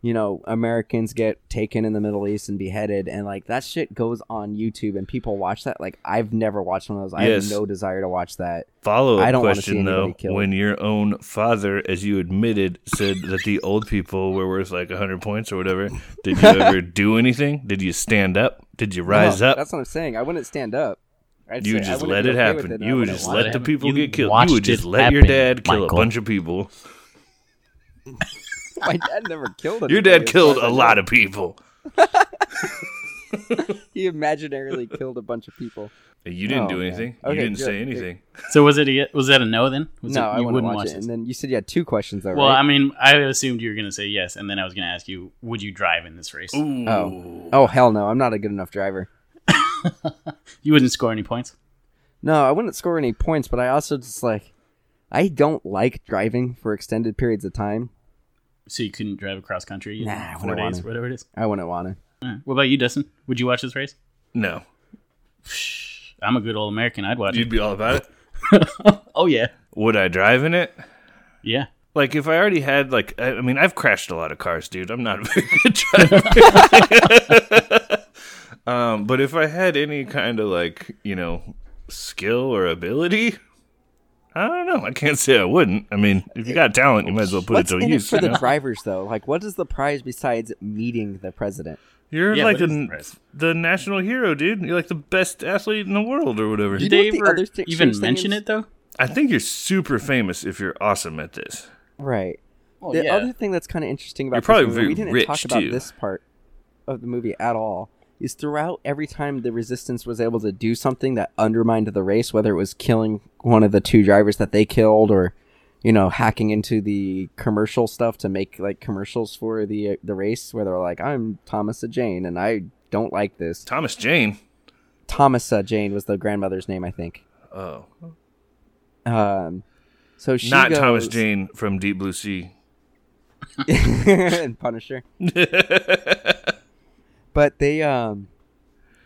Speaker 2: you know, Americans get taken in the Middle East and beheaded, and like that shit goes on YouTube, and people watch that. Like I've never watched one of those. I
Speaker 3: Yes.
Speaker 2: have no desire to watch that.
Speaker 3: Follow
Speaker 2: I
Speaker 3: up
Speaker 2: don't wanna see
Speaker 3: question
Speaker 2: anybody
Speaker 3: though:
Speaker 2: killed.
Speaker 3: When your own father, as you admitted, said that the old people were worth like hundred points or whatever, did you ever do anything? Did you stand up? Did you rise
Speaker 2: No,
Speaker 3: up?
Speaker 2: That's what I'm saying. I wouldn't stand up. I'd
Speaker 3: You
Speaker 2: say I
Speaker 3: just
Speaker 2: wouldn't
Speaker 3: let
Speaker 2: be
Speaker 3: it
Speaker 2: okay with
Speaker 3: happen.
Speaker 2: and I
Speaker 3: you would
Speaker 2: wouldn't
Speaker 3: just
Speaker 2: watch
Speaker 4: let
Speaker 3: let
Speaker 4: it
Speaker 3: the
Speaker 4: happen.
Speaker 3: people
Speaker 4: You
Speaker 3: get killed.
Speaker 4: watched
Speaker 3: You would just
Speaker 4: it
Speaker 3: let your
Speaker 4: happen,
Speaker 3: dad kill a
Speaker 4: Michael.
Speaker 3: bunch of people.
Speaker 2: it. My dad never killed.
Speaker 3: Your
Speaker 2: anybody,
Speaker 3: dad
Speaker 2: as far
Speaker 3: killed
Speaker 2: as I
Speaker 3: a
Speaker 2: know.
Speaker 3: lot of people.
Speaker 2: He imaginarily killed a bunch of people.
Speaker 3: You didn't
Speaker 2: Oh,
Speaker 3: do
Speaker 2: man.
Speaker 3: anything.
Speaker 2: Okay,
Speaker 3: you didn't
Speaker 2: good,
Speaker 3: say
Speaker 2: good.
Speaker 3: anything.
Speaker 4: So was it? A, was that a no then? Was
Speaker 2: no,
Speaker 4: it,
Speaker 2: I
Speaker 4: you
Speaker 2: wouldn't,
Speaker 4: wouldn't
Speaker 2: watch, it.
Speaker 4: this?
Speaker 2: And then you said you had two questions though,
Speaker 4: Well,
Speaker 2: right?
Speaker 4: I mean, I assumed you were going to say yes, and then I was going to ask you, would you drive in this race?
Speaker 3: Ooh.
Speaker 2: Oh. Oh hell no, I'm not a good enough driver.
Speaker 4: You wouldn't score any points.
Speaker 2: No, I wouldn't score any points, but I also just like I don't like driving for extended periods of time.
Speaker 4: So you couldn't drive across country in
Speaker 2: Nah, I
Speaker 4: four
Speaker 2: wouldn't
Speaker 4: days,
Speaker 2: wanna.
Speaker 4: whatever it is.
Speaker 2: I wouldn't want to.
Speaker 4: All right. What about you, Dustin? Would you watch this race?
Speaker 3: No,
Speaker 4: I'm a good old American. I'd watch
Speaker 3: you'd be all about it.
Speaker 4: it. Oh yeah,
Speaker 3: Would I drive in it?
Speaker 4: yeah.
Speaker 3: Like if I already had like I I mean I've crashed a lot of cars, dude. I'm not a very good driver. um, but if I had any kind of like you know skill or ability, I don't know. I can't say I wouldn't. I mean, if you got talent, you might as well put
Speaker 2: What's
Speaker 3: it to
Speaker 2: in it
Speaker 3: use.
Speaker 2: for
Speaker 3: you
Speaker 2: the
Speaker 3: know?
Speaker 2: drivers though? Like, what is the prize besides meeting the president?
Speaker 3: You're
Speaker 4: Yeah,
Speaker 3: like
Speaker 4: what
Speaker 3: the,
Speaker 4: is the
Speaker 3: n-
Speaker 4: prize?
Speaker 3: the national hero, dude. You're like the best athlete in the world or whatever.
Speaker 4: Did
Speaker 2: know
Speaker 4: they
Speaker 2: what the
Speaker 4: ever
Speaker 2: other thi-
Speaker 4: even
Speaker 2: strange thing
Speaker 4: mention
Speaker 2: is?
Speaker 4: it though?
Speaker 3: I think you're super famous if you're awesome at this.
Speaker 2: Right.
Speaker 4: Oh
Speaker 2: the
Speaker 4: yeah.
Speaker 2: other thing that's kind of interesting about
Speaker 3: You're
Speaker 2: this
Speaker 3: probably
Speaker 2: movie,
Speaker 3: very
Speaker 2: we didn't
Speaker 3: rich,
Speaker 2: talk about
Speaker 3: too.
Speaker 2: this part of the movie at all is throughout every time the resistance was able to do something that undermined the race whether it was killing one of the two drivers that they killed or you know hacking into the commercial stuff to make like commercials for the uh, the race where they're like I'm Thomas Jane and I don't like this
Speaker 3: Thomas Jane.
Speaker 2: Thomas Jane was the grandmother's name I think
Speaker 3: Oh,
Speaker 2: um so she
Speaker 3: not Thomas
Speaker 2: goes-
Speaker 3: Jane from Deep Blue Sea.
Speaker 2: and Punisher. but they um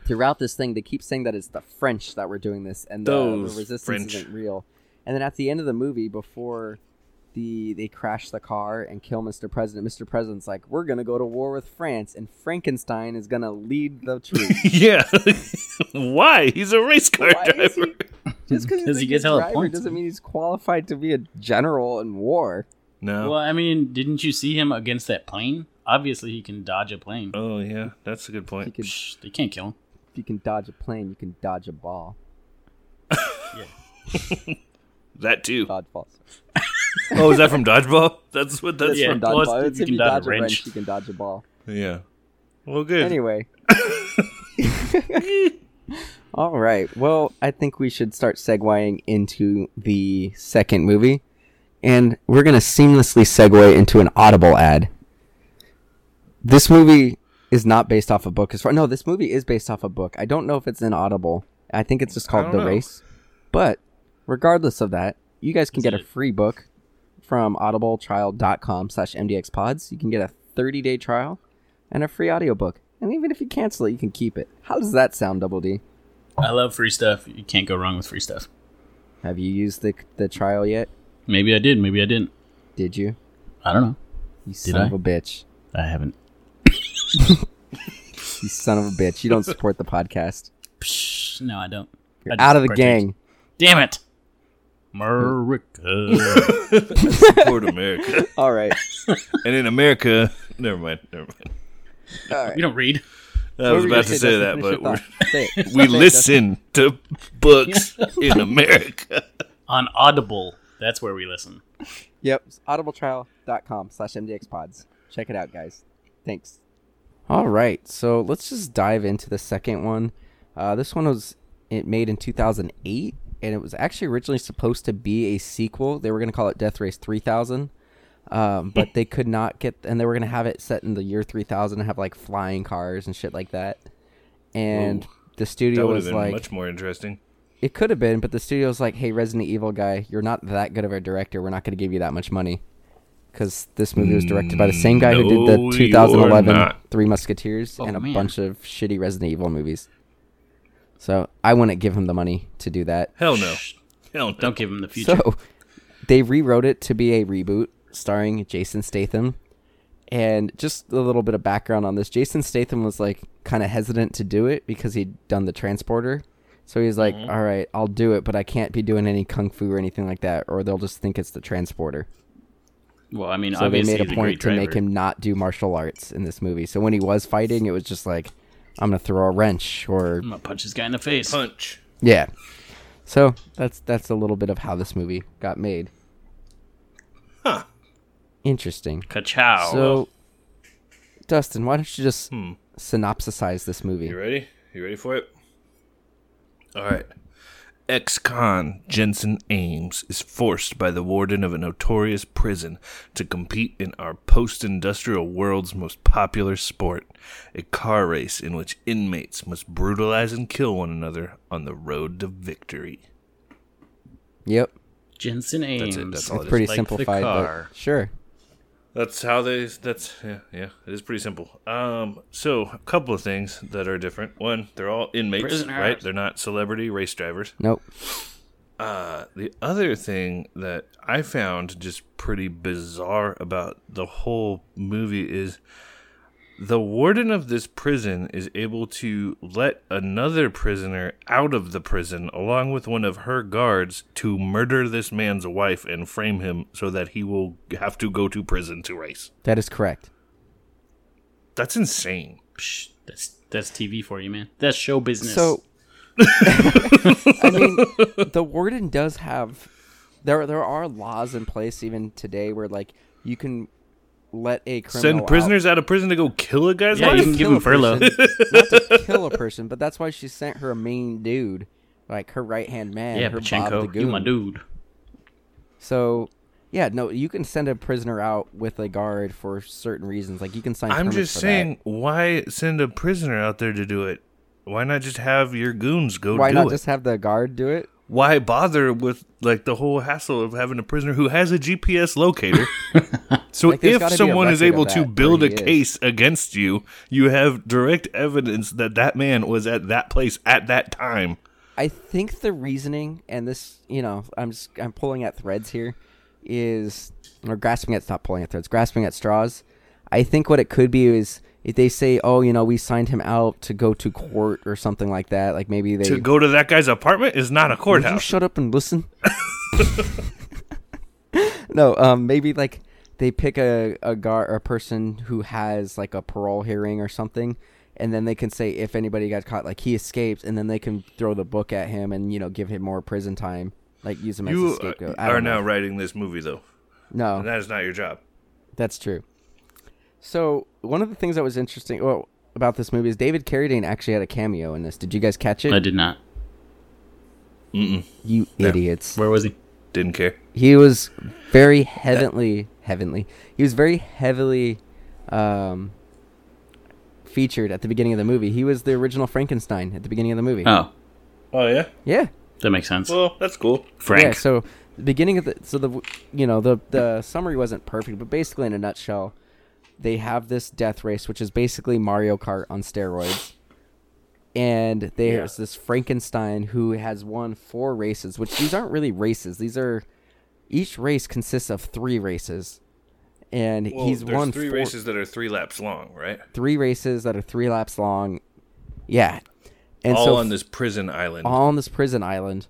Speaker 2: throughout this thing they keep saying that it's the French that were doing this and uh, the, the
Speaker 3: Those
Speaker 2: resistance
Speaker 3: French.
Speaker 2: isn't real. And then at the end of the movie before the they crash the car and kill Mr. President, Mr. President's like, We're gonna go to war with France and Frankenstein is gonna lead the troops.
Speaker 3: Yeah. Why? He's a race car
Speaker 2: Why is
Speaker 3: driver.
Speaker 2: he- Just because he's
Speaker 4: Does
Speaker 2: a
Speaker 4: he
Speaker 2: good
Speaker 4: get hella
Speaker 2: driver
Speaker 4: points?
Speaker 2: doesn't mean he's qualified to be a general in war.
Speaker 3: No.
Speaker 4: Well, I mean, didn't you see him against that plane? Obviously, he can dodge a plane.
Speaker 3: Oh yeah, that's a
Speaker 2: If
Speaker 3: good
Speaker 2: you,
Speaker 3: point.
Speaker 2: can, if
Speaker 4: Psh, they can't kill him.
Speaker 2: you can dodge a plane, you can dodge a ball.
Speaker 3: That too.
Speaker 2: Dodgeball.
Speaker 3: Oh, is that from Dodgeball? That's what that's
Speaker 4: Yeah.
Speaker 3: from.
Speaker 4: dodge
Speaker 2: dodgeball.
Speaker 4: plus
Speaker 2: It's
Speaker 4: if
Speaker 2: if
Speaker 4: you
Speaker 2: you
Speaker 4: can dodge
Speaker 2: dodge
Speaker 4: a
Speaker 2: a wrench,
Speaker 4: wrench.
Speaker 2: you can dodge a ball.
Speaker 3: Yeah. Well, good.
Speaker 2: Anyway. All right. Well, I think we should start segueing into the second movie. And we're going to seamlessly segue into an Audible ad. This movie is not based off a book as far No, this movie is based off a book. I don't know if it's in Audible. I think it's just
Speaker 3: I
Speaker 2: called
Speaker 3: don't
Speaker 2: The
Speaker 3: know.
Speaker 2: Race. But regardless of that, you guys can
Speaker 4: Is
Speaker 2: get a
Speaker 4: it-
Speaker 2: free book from audibletrial.com slash mdxpods. You can get a 30-day trial and a free audiobook. And even if you cancel it, you can keep it. How does that sound, Double D?
Speaker 4: I love free stuff. You can't go wrong with free stuff.
Speaker 2: Have you used the the trial yet?
Speaker 4: Maybe I did. Maybe I didn't.
Speaker 2: Did you?
Speaker 4: I don't know.
Speaker 2: You son
Speaker 4: I?
Speaker 2: of a bitch.
Speaker 4: I haven't.
Speaker 2: You son of a bitch. You don't support the podcast.
Speaker 4: Psh, no, I don't.
Speaker 2: You're
Speaker 4: I just
Speaker 2: out of the
Speaker 4: partake.
Speaker 2: gang.
Speaker 4: Damn it. America.
Speaker 3: Poor America.
Speaker 2: All right.
Speaker 3: and in America, never mind. Never mind.
Speaker 2: All right.
Speaker 4: you don't read.
Speaker 3: I was about to say that,
Speaker 2: but
Speaker 3: but we're-
Speaker 2: say it.
Speaker 3: we listen to books in America.
Speaker 4: On Audible, that's where we listen.
Speaker 2: Yep. Audibletrial.com slash mdxpods. Check it out, guys. Thanks. All right. So let's just dive into the second one. Uh, this one was it made in 2008, and it was actually originally supposed to be a sequel. They were going to call it Death Race 3000, um, but they could not get, and they were going to have it set in the year 3000 and have like flying cars and shit like that. And the
Speaker 3: That
Speaker 2: studio
Speaker 3: would have
Speaker 2: was
Speaker 3: been
Speaker 2: like,
Speaker 3: much more interesting.
Speaker 2: it could have been, but the studio's like, "Hey, Resident Evil guy, you're not that good of a director. We're not going to give you that much money." Because this movie was directed by the same guy who did
Speaker 3: No,
Speaker 2: the
Speaker 3: you're
Speaker 2: 2011
Speaker 3: not.
Speaker 2: Three Musketeers and a
Speaker 4: man.
Speaker 2: bunch of shitty Resident Evil movies. So I wouldn't give him the money to do that.
Speaker 3: Hell no. Hell no.
Speaker 4: Don't give him the future.
Speaker 2: So they rewrote it to be a reboot starring Jason Statham. And just a little bit of background on this Jason Statham was like kind of hesitant to do it because he'd done the transporter. So he's like,
Speaker 4: Mm-hmm.
Speaker 2: "All right, I'll do it, but I can't be doing any kung fu or anything like that, or they'll just think it's the transporter.
Speaker 4: well, I mean,
Speaker 2: So they
Speaker 4: obviously,
Speaker 2: made a
Speaker 4: he's
Speaker 2: point
Speaker 4: great
Speaker 2: to make
Speaker 4: driver.
Speaker 2: him not do martial arts in this movie. So when he was fighting, it was just like, I'm going to throw a wrench or
Speaker 4: I'm gonna punch this guy in the face.
Speaker 3: Punch.
Speaker 2: yeah. So that's that's a little bit of how this movie got made.
Speaker 3: Huh.
Speaker 2: Interesting.
Speaker 4: Ka-chow.
Speaker 2: So, Dustin, why don't you just synopsisize this movie?
Speaker 3: You ready? You ready for it? All right. Ex con Jensen Ames is forced by the warden of a notorious prison to compete in our post industrial world's most popular sport, a car race in which inmates must brutalize and kill one another on the road to victory.
Speaker 2: Yep,
Speaker 4: Jensen
Speaker 3: That's
Speaker 4: Ames.
Speaker 3: it. That's all it is.
Speaker 2: pretty
Speaker 4: Like the
Speaker 2: simplified,
Speaker 4: car.
Speaker 2: but sure.
Speaker 3: That's how they. That's yeah, yeah. It is pretty simple. Um, so a couple of things that are different. One, they're all inmates,
Speaker 4: Prisoners.
Speaker 3: right? They're not celebrity race drivers.
Speaker 2: Nope.
Speaker 3: Uh, the other thing that I found just pretty bizarre about the whole movie is the warden of this prison is able to let another prisoner out of the prison along with one of her guards to murder this man's wife and frame him so that he will have to go to prison to race.
Speaker 2: That is correct.
Speaker 3: That's insane.
Speaker 4: Psh, that's that's TV for you, man. That's show business.
Speaker 2: So, I mean, the warden does have there. There are laws in place even today where like you can let a criminal
Speaker 3: Send
Speaker 2: out-
Speaker 3: prisoners out. of prison to go kill a guy's
Speaker 4: Yeah,
Speaker 3: wife?
Speaker 4: you can give
Speaker 2: kill
Speaker 4: him
Speaker 2: a
Speaker 4: furlough.
Speaker 2: person- not to kill a person, but that's why she sent her main dude, like her right hand man,
Speaker 4: yeah,
Speaker 2: her Bob the
Speaker 4: Pachenko, you
Speaker 2: Goon.
Speaker 4: my dude.
Speaker 2: So, yeah, no, you can send a prisoner out with a guard for certain reasons. Like you can sign.
Speaker 3: I'm
Speaker 2: permits
Speaker 3: just
Speaker 2: for
Speaker 3: saying, why send a prisoner out there to do it? Why not just have your goons go
Speaker 2: That. Why
Speaker 3: do
Speaker 2: not
Speaker 3: it?
Speaker 2: just have the guard do it?
Speaker 3: Why bother with like the whole hassle of having a prisoner who has a GPS locator? so
Speaker 2: Like, there's
Speaker 3: if
Speaker 2: gotta be a
Speaker 3: someone is
Speaker 2: record of
Speaker 3: able to
Speaker 2: that, where
Speaker 3: build a
Speaker 2: he is.
Speaker 3: case against you, you have direct evidence that that man was at that place at that time.
Speaker 2: I think the reasoning, and this, you know, I'm just I'm pulling at threads here, is or grasping at not pulling at threads, grasping at straws. I think what it could be is if they say, oh, you know, we signed him out to go to court or something like that. Like maybe they
Speaker 3: To go to that guy's apartment is not a
Speaker 2: Would you
Speaker 3: courthouse.
Speaker 2: shut up and listen? no, um, maybe like they pick a a guard a person who has like a parole hearing or something, and then they can say if anybody got caught, like he escapes, and then they can throw the book at him and you know give him more prison time, like use him as
Speaker 3: You uh,
Speaker 2: a scapegoat. I
Speaker 3: are
Speaker 2: don't
Speaker 3: now
Speaker 2: know. Oh.
Speaker 3: writing this movie though.
Speaker 2: No,
Speaker 3: And that is not your job.
Speaker 2: that's true. So one of the things that was interesting well, about this movie is David Carradine actually had a cameo in this. Did you guys catch it?
Speaker 4: I did not.
Speaker 2: you idiots.
Speaker 4: Where was he?
Speaker 3: Didn't care.
Speaker 2: he was very heavenly heavenly he was very heavily um featured at the beginning of the movie he was the original frankenstein at the beginning of the movie
Speaker 4: Oh,
Speaker 3: Oh yeah.
Speaker 2: yeah
Speaker 4: that makes sense.
Speaker 3: Well, that's cool.
Speaker 4: Frank.
Speaker 2: yeah so the beginning of the so the you know the the summary wasn't perfect but basically in a nutshell they have this death race which is basically mario kart on steroids and there's this Frankenstein who has won four races, which these aren't really races. These are each race consists of three races, and
Speaker 3: Well,
Speaker 2: he's
Speaker 3: there's
Speaker 2: won
Speaker 3: three
Speaker 2: four,
Speaker 3: races that are three laps long, right?
Speaker 2: three races that are three laps long. Yeah, and
Speaker 3: All
Speaker 2: so
Speaker 3: on this prison island.
Speaker 2: all on this prison island.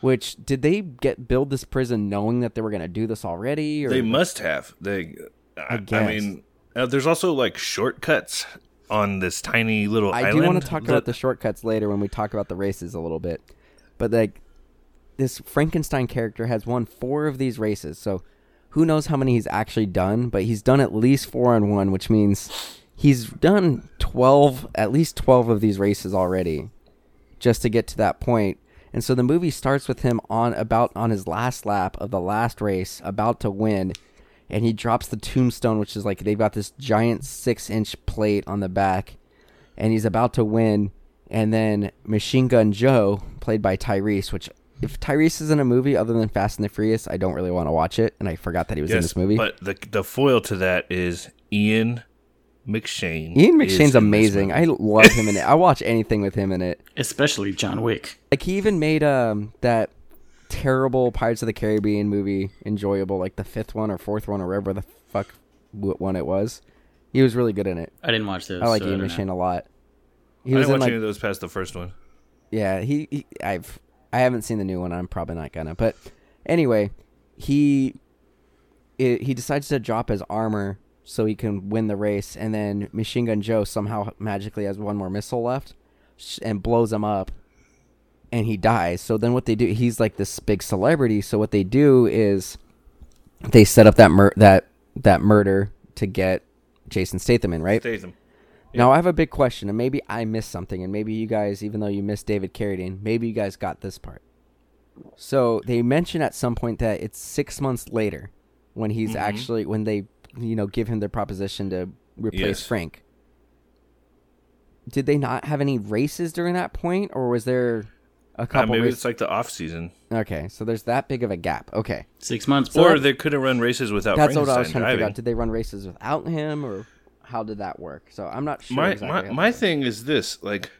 Speaker 2: Which did they get build this prison knowing that they were gonna do this already? Or
Speaker 3: They must have. They, I, I,
Speaker 2: guess.
Speaker 3: mean, uh, there's also like shortcuts on this tiny little
Speaker 2: I
Speaker 3: island.
Speaker 2: do want to talk about
Speaker 3: that-
Speaker 2: the shortcuts later when we talk about the races a little bit. But like this Frankenstein character has won four of these races, so who knows how many he's actually done, but he's done at least four on one, which means he's done twelve at least twelve of these races already. Just to get to that point. And so the movie starts with him on about on his last lap of the last race, about to win, and he drops the tombstone, which is like they've got this giant six inch plate on the back and he's about to win. And then Machine Gun Joe, played by Tyrese, which if Tyrese is in a movie other than Fast and the Furious, I don't really want to watch it, and I forgot that he was in
Speaker 3: Yes,
Speaker 2: this movie.
Speaker 3: But the the foil to that is Ian McShane.
Speaker 2: Ian
Speaker 3: is in
Speaker 2: McShane's
Speaker 3: this
Speaker 2: amazing. I love him in it. I watch anything with him in it.
Speaker 4: especially John Wick.
Speaker 2: Like he even made um that terrible Pirates of the Caribbean movie enjoyable, like the fifth one or fourth one or wherever the fuck what one it was. He was really good in it.
Speaker 4: I didn't watch those.
Speaker 2: I like
Speaker 4: so
Speaker 2: Ian
Speaker 4: don't know.
Speaker 2: McShane a lot. He
Speaker 3: I
Speaker 2: was
Speaker 3: didn't
Speaker 2: in
Speaker 3: watch
Speaker 2: like
Speaker 3: any of those past the first one.
Speaker 2: Yeah, he, he I've I haven't seen the new one. I'm probably not gonna. But anyway, he i he decides to drop his armor so he can win the race, and then Machine Gun Joe somehow magically has one more missile left sh- and blows him up, and he dies. So then what they do? He's like this big celebrity. So what they do is they set up that mur- that that murder to get Jason Statham in, right?
Speaker 3: Statham.
Speaker 2: Now I have a big question, and maybe I missed something, and maybe you guys, even though you missed David Carradine, maybe you guys got this part. So they mention at some point that it's six months later when he's
Speaker 3: Mm-hmm.
Speaker 2: actually when they you know give him the proposition to replace
Speaker 3: Yes.
Speaker 2: Frank. Did they not have any races during that point, or was there a
Speaker 3: Uh,
Speaker 2: couple
Speaker 3: maybe
Speaker 2: races?
Speaker 3: it's like the off season,
Speaker 2: Okay, so there's that big of a gap. Okay,
Speaker 4: Six months.
Speaker 3: or
Speaker 4: Or
Speaker 3: they couldn't run races without.
Speaker 2: that's what I was
Speaker 3: Frankenstein
Speaker 2: trying to figure
Speaker 3: driving.
Speaker 2: out. Did they run races without him, or how did that work? So I'm not sure.
Speaker 3: my
Speaker 2: exactly how
Speaker 3: my
Speaker 2: that
Speaker 3: my thing is this like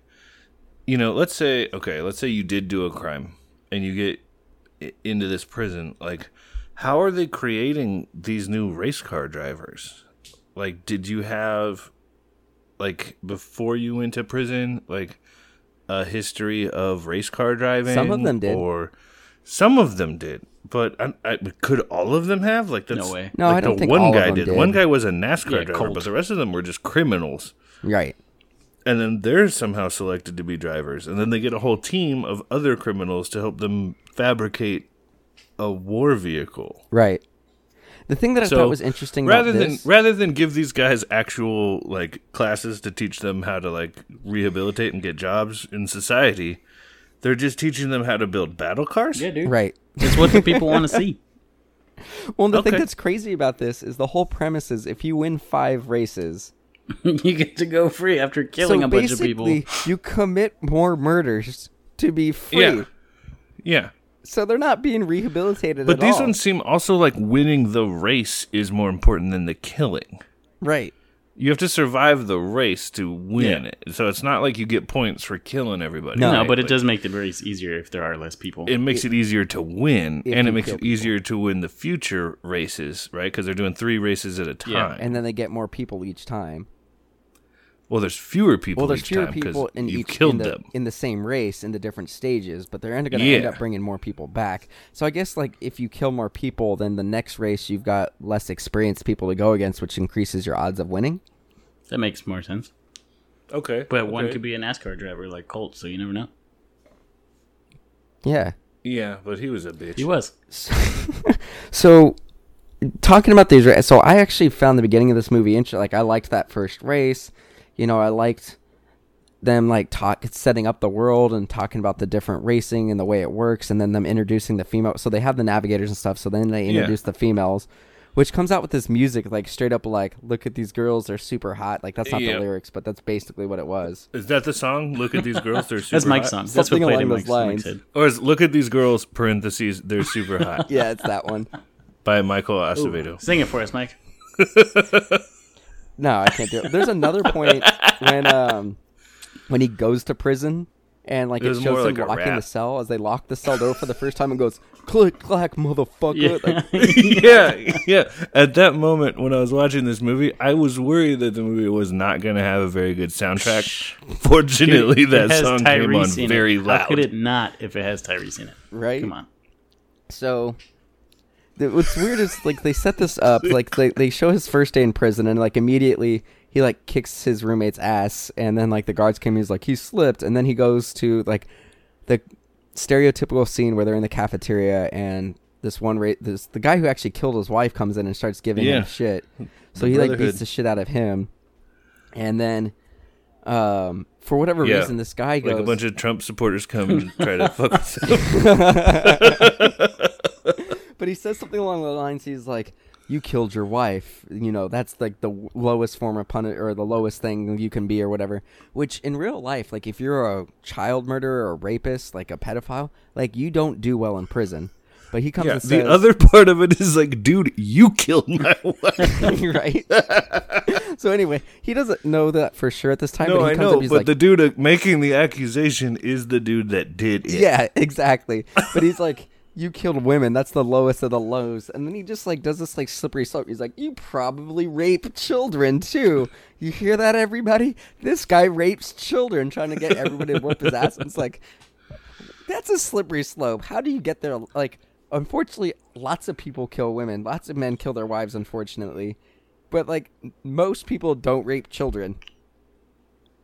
Speaker 3: you know let's say okay let's say you did do a crime and you get i- into this prison like how are they creating these new race car drivers like did you have like before you went to prison like a history of race car driving
Speaker 2: Some of them did.
Speaker 3: or some of them did but I, I, could all of them have like that's,
Speaker 4: way.
Speaker 2: No,
Speaker 3: like
Speaker 2: I don't
Speaker 3: the
Speaker 2: think
Speaker 3: one
Speaker 2: all of
Speaker 3: guy
Speaker 2: them
Speaker 3: did.
Speaker 2: did.
Speaker 3: one guy was a nascar
Speaker 4: Yeah,
Speaker 3: driver
Speaker 4: Colt.
Speaker 3: but the rest of them were just criminals
Speaker 2: Right.
Speaker 3: and then they're somehow selected to be drivers and then they get a whole team of other criminals to help them fabricate a war vehicle
Speaker 2: Right. The thing that I
Speaker 3: so
Speaker 2: thought was interesting
Speaker 3: rather
Speaker 2: about
Speaker 3: than
Speaker 2: this,
Speaker 3: rather than give these guys actual like classes to teach them how to like rehabilitate and get jobs in society they're just teaching them how to build battle cars
Speaker 4: yeah, dude.
Speaker 2: right?
Speaker 4: It's what the people want to see.
Speaker 2: Well, the
Speaker 3: Okay.
Speaker 2: thing that's crazy about this is the whole premise is if you win five races,
Speaker 4: you get to go free after killing
Speaker 2: so
Speaker 4: a bunch of people.
Speaker 2: basically you commit more murders to be free.
Speaker 3: yeah yeah
Speaker 2: So they're not being rehabilitated.
Speaker 3: but
Speaker 2: at
Speaker 3: these
Speaker 2: all.
Speaker 3: ones seem also like winning the race is more important than the killing
Speaker 2: right?
Speaker 3: You have to survive the race to win it. So it's not like you get points for killing everybody.
Speaker 2: No.
Speaker 4: No,
Speaker 3: right?
Speaker 4: but it
Speaker 3: Like,
Speaker 4: does make the race easier if there are less people.
Speaker 3: It makes it, easier to win,
Speaker 2: If
Speaker 3: and it
Speaker 2: you
Speaker 3: makes
Speaker 2: kill
Speaker 3: it easier to win the future races, right? Because they're doing three races at a time.
Speaker 4: Yeah,
Speaker 2: And then they get more people each time.
Speaker 3: well, there's fewer people.
Speaker 2: Well, there's
Speaker 3: each
Speaker 2: fewer
Speaker 3: time 'cause
Speaker 2: people in
Speaker 3: you
Speaker 2: each
Speaker 3: killed
Speaker 2: in the,
Speaker 3: them.
Speaker 2: in the same race in the different stages, but they're going to end
Speaker 3: Yeah.
Speaker 2: up bringing more people back. So I guess like if you kill more people, then the next race you've got less experienced people to go against, which increases your odds of winning.
Speaker 4: That makes more sense.
Speaker 3: Okay,
Speaker 4: But one could be a NASCAR driver like Colt, so you never know.
Speaker 2: Yeah.
Speaker 3: Yeah, but he was a bitch.
Speaker 4: He was.
Speaker 2: So talking about these, ra- so I actually found the beginning of this movie interesting. Like I liked that first race. You know, I liked them like talk setting up the world and talking about the different racing and the way it works, and then them introducing the female. So they have the navigators and stuff. So then they
Speaker 3: Yeah.
Speaker 2: introduce the females. Which comes out with this music, like straight up, like "Look at these girls, they're super hot." Like that's not
Speaker 3: Yeah.
Speaker 2: the lyrics, but that's basically what it was.
Speaker 3: Is that the song? Look at these girls, they're super
Speaker 4: That's Mike's
Speaker 3: hot.
Speaker 4: song. That's what
Speaker 2: Something
Speaker 4: played in
Speaker 2: along
Speaker 4: Mike's,
Speaker 2: those lines.
Speaker 4: Mike's head.
Speaker 3: Or is Look at these girls (parentheses they're super hot)
Speaker 2: Yeah, it's that one.
Speaker 3: by Michael Acevedo?
Speaker 4: Sing it for us, Mike.
Speaker 2: No, I can't do it. There's another point when um when he goes to prison and like
Speaker 3: It
Speaker 2: it,
Speaker 3: was more
Speaker 2: shows him
Speaker 3: like a
Speaker 2: locking the
Speaker 3: rap.
Speaker 2: cell as they lock the cell door for the first time and goes click clack motherfucker. Like,
Speaker 3: yeah, yeah. At that moment when I was watching this movie, I was worried that the movie was not going to have a very good soundtrack. Fortunately,
Speaker 4: It
Speaker 3: that
Speaker 4: has
Speaker 3: song came on
Speaker 4: Tyrese in it.
Speaker 3: very
Speaker 4: How could it
Speaker 3: loud.
Speaker 4: not if it has Tyrese in it?
Speaker 2: right?
Speaker 4: Come on.
Speaker 2: So th- what's weird is like they set this up like they, they show his first day in prison and like immediately he like kicks his roommate's ass and then like the guards came he's like he slipped and then he goes to like the stereotypical scene where they're in the cafeteria and this one rate this the guy who actually killed his wife comes in and starts giving
Speaker 3: Yeah.
Speaker 2: him shit so he like beats
Speaker 3: Brotherhood.
Speaker 2: the shit out of him and then um for whatever
Speaker 3: Yeah.
Speaker 2: reason this guy goes
Speaker 3: Like a bunch of Trump supporters come and try to fuck with him.
Speaker 2: But he says something along the lines. He's like, "You killed your wife. You know that's like the w- lowest form of pun or the lowest thing you can be, or whatever." Which in real life, like if you're a child murderer, or a rapist, like a pedophile, like you don't do well in prison. But he comes
Speaker 3: Yeah,
Speaker 2: and says,
Speaker 3: the other part of it is like, dude, you killed my wife.
Speaker 2: right?" so anyway, he doesn't know that for sure at this time.
Speaker 3: No,
Speaker 2: but he
Speaker 3: I
Speaker 2: comes
Speaker 3: know,
Speaker 2: up, he's
Speaker 3: but
Speaker 2: like,
Speaker 3: the dude uh, making the accusation is the dude that did it.
Speaker 2: Yeah, exactly. But he's like, you killed women. That's the lowest of the lows. And then he just like does this like slippery slope. He's like, you probably rape children too. You hear that, everybody? This guy rapes children, trying to get everybody to whoop his ass. And it's like, that's a slippery slope. How do you get there? Like, unfortunately, lots of people kill women. Lots of men kill their wives, unfortunately. But like, most people don't rape children.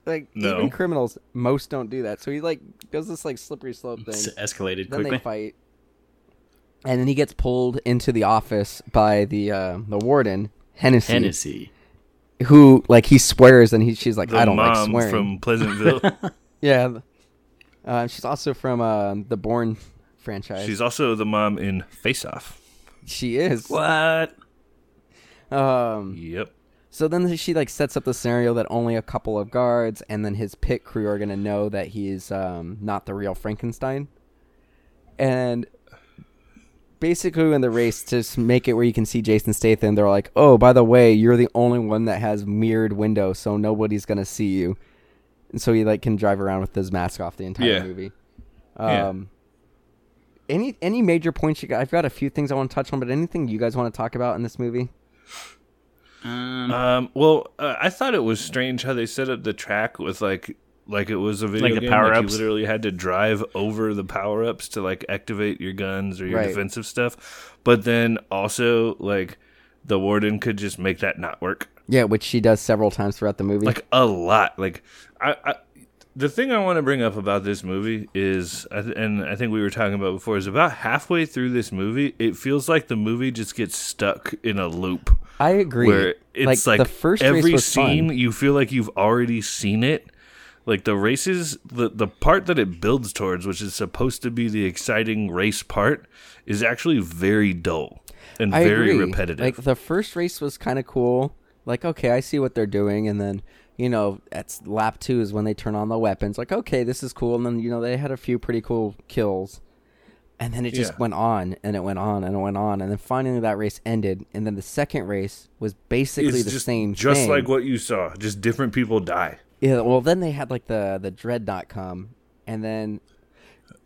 Speaker 2: Like
Speaker 3: No.
Speaker 2: even criminals, most don't do that. So he like does this like slippery slope thing.
Speaker 4: It's escalated
Speaker 2: Then
Speaker 4: quickly.
Speaker 2: they fight, and then he gets pulled into the office by the uh, the warden Hennessy,
Speaker 4: Hennessy.
Speaker 2: who like he swears and he she's like
Speaker 3: The
Speaker 2: I don't
Speaker 3: mom
Speaker 2: like swearing.
Speaker 3: from Pleasantville.
Speaker 2: Yeah, uh, she's also from uh, the Bourne franchise.
Speaker 3: She's also the mom in Face Off.
Speaker 2: she is.
Speaker 4: What?
Speaker 2: Um,
Speaker 3: Yep.
Speaker 2: So then she like sets up the scenario that only a couple of guards and then his pit crew are gonna know that he's um, not the real Frankenstein, and basically in the race to s- make it where you can see Jason Statham, they're like, "Oh, by the way, you're the only one that has mirrored windows, so nobody's gonna see you," and so he like can drive around with his mask off the entire
Speaker 3: Yeah.
Speaker 2: movie.
Speaker 3: Yeah.
Speaker 2: Um, any any major points you got? I've got a few things I want to touch on, but anything you guys want to talk about in this movie?
Speaker 4: Um,
Speaker 3: Um, well, uh, I thought it was strange how they set up the track with like like it was a video
Speaker 4: Like the
Speaker 3: game. like you
Speaker 4: power-ups?
Speaker 3: literally had to drive over the power ups to like activate your guns or your
Speaker 2: Right.
Speaker 3: defensive stuff. But then also like the warden could just make that not work
Speaker 2: Yeah, which she does several times throughout the movie.
Speaker 3: like a lot. Like I, I the thing I want to bring up about this movie is, I th- and I think we were talking about before, is about halfway through this movie, it feels like the movie just gets stuck in a loop.
Speaker 2: I agree.
Speaker 3: where it's like,
Speaker 2: the first
Speaker 3: every
Speaker 2: race was
Speaker 3: scene
Speaker 2: fun.
Speaker 3: you feel like you've already seen it like the races the, the part that it builds towards which is supposed to be the exciting race part is actually very dull and
Speaker 2: I
Speaker 3: very
Speaker 2: agree.
Speaker 3: repetitive
Speaker 2: Like the first race was kind of cool. Like okay, I see what they're doing, and then you know at lap two is when they turn on the weapons. Like okay, this is cool, and then you know they had a few pretty cool kills, and then it just
Speaker 3: Yeah.
Speaker 2: went on and it went on and it went on, and then finally that race ended, and then the second race was basically
Speaker 3: it's
Speaker 2: the
Speaker 3: just,
Speaker 2: same.
Speaker 3: just
Speaker 2: thing.
Speaker 3: like what you saw just different people die
Speaker 2: Yeah, well, then they had like the the dreadnought come, and then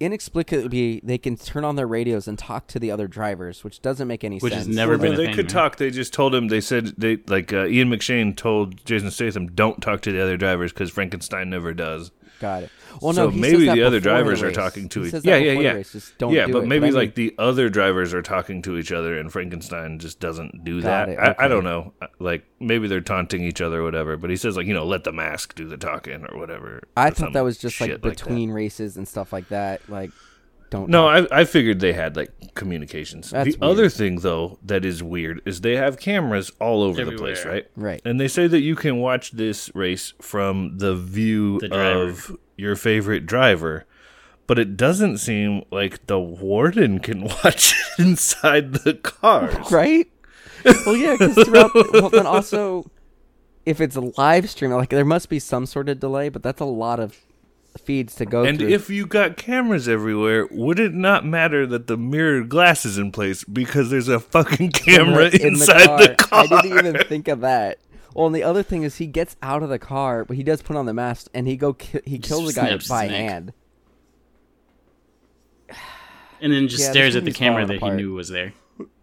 Speaker 2: inexplicably they can turn on their radios and talk to the other drivers, which doesn't make any
Speaker 4: Which is
Speaker 2: sense.
Speaker 4: never
Speaker 3: well,
Speaker 4: been
Speaker 3: no,
Speaker 4: a
Speaker 3: they
Speaker 4: thing,
Speaker 3: could
Speaker 4: right?
Speaker 3: talk they just told him they said they like uh, ian mcshane told jason statham don't talk to the other drivers because frankenstein never does
Speaker 2: got it. Well,
Speaker 3: so
Speaker 2: no, he says
Speaker 3: maybe
Speaker 2: that
Speaker 3: the other
Speaker 2: before the
Speaker 3: drivers are
Speaker 2: race.
Speaker 3: talking to
Speaker 2: He
Speaker 3: each
Speaker 2: says
Speaker 3: yeah
Speaker 2: that
Speaker 3: yeah
Speaker 2: before the
Speaker 3: yeah
Speaker 2: race, just don't
Speaker 3: yeah
Speaker 2: do
Speaker 3: but
Speaker 2: it.
Speaker 3: maybe
Speaker 2: I mean,
Speaker 3: like the other drivers are talking to each other and frankenstein just doesn't do that
Speaker 2: Got it,
Speaker 3: I, I
Speaker 2: okay.
Speaker 3: don't know Uh, like maybe they're taunting each other or whatever but he says like you know let the mask do the talking or whatever
Speaker 2: I
Speaker 3: or
Speaker 2: thought that
Speaker 3: some
Speaker 2: was just like
Speaker 3: shit that.
Speaker 2: between races and stuff like that. Like, don't
Speaker 3: no I, I figured they had like communications
Speaker 2: That's
Speaker 3: the other thing though that is weird is they have cameras all over the place
Speaker 4: Everywhere.
Speaker 3: right
Speaker 2: Right.
Speaker 3: and they say that you can watch this race from the view
Speaker 4: The driver.
Speaker 3: of your favorite driver but it doesn't seem like the warden can watch it inside the cars.
Speaker 2: right? Well, yeah, because throughout. well, then also, if it's a live stream, like there must be some sort of delay, but that's a lot of feeds to go
Speaker 3: And
Speaker 2: through.
Speaker 3: if you got cameras everywhere, would it not matter that the mirrored glass is in place because there's a fucking camera
Speaker 2: in the- in
Speaker 3: inside the car?
Speaker 2: I didn't even think of that. Well, and the other thing is he gets out of the car, but he does put on the mask and he go ki- he kills the guy
Speaker 4: snaps his
Speaker 2: by
Speaker 4: neck.
Speaker 2: hand.
Speaker 4: and then just
Speaker 2: Yeah, this
Speaker 4: stares at the
Speaker 2: movie's
Speaker 4: camera
Speaker 2: falling
Speaker 4: that
Speaker 2: apart.
Speaker 4: he knew was there.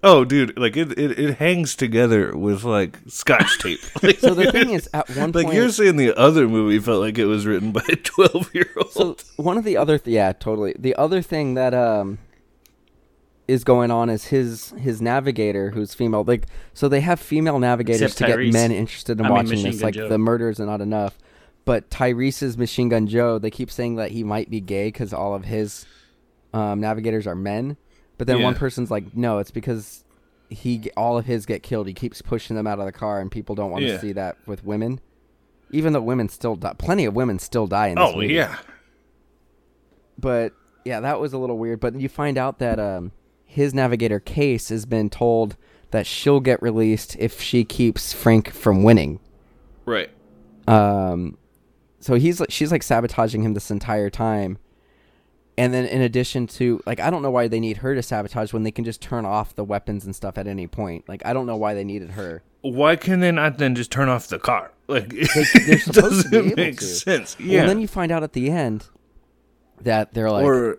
Speaker 3: Oh, dude, like it, it, it hangs together with like scotch tape. Like,
Speaker 2: So the thing is, at one
Speaker 3: like
Speaker 2: point,
Speaker 3: you're saying the other movie felt like it was written by a 12 year old.
Speaker 2: so one of the other th- yeah, totally. The other thing that um is going on is his his navigator who's female. Like so they have female navigators
Speaker 4: Except
Speaker 2: to
Speaker 4: Tyrese.
Speaker 2: get men interested in
Speaker 4: I mean,
Speaker 2: watching
Speaker 4: Machine
Speaker 2: this.
Speaker 4: Gun
Speaker 2: Like
Speaker 4: Joe.
Speaker 2: the murders are not enough. But Tyrese's Machine Gun Joe, they keep saying that he might be gay because all of his um, navigators are men. But then one
Speaker 3: Yeah.
Speaker 2: person's like, no, it's because he g- all of his get killed. He keeps pushing them out of the car, and people don't want to
Speaker 3: Yeah.
Speaker 2: see that with women. Even though women still die, plenty of women still die in this
Speaker 3: oh,
Speaker 2: movie.
Speaker 3: yeah.
Speaker 2: But yeah, that was a little weird. But you find out that um, his navigator Case has been told that she'll get released if she keeps Frank from winning.
Speaker 3: Right.
Speaker 2: Um, so he's like, she's like sabotaging him this entire time. And then in addition to like, I don't know why they need her to sabotage when they can just turn off the weapons and stuff at any point. Like, I don't know why they needed her.
Speaker 3: Why can they not then just turn off the car? Like,
Speaker 2: they're supposed
Speaker 3: it
Speaker 2: to be
Speaker 3: doesn't
Speaker 2: able
Speaker 3: make
Speaker 2: to.
Speaker 3: sense.
Speaker 2: Well,
Speaker 3: Yeah.
Speaker 2: and then you find out at the end that they're like,
Speaker 3: or
Speaker 4: Uh.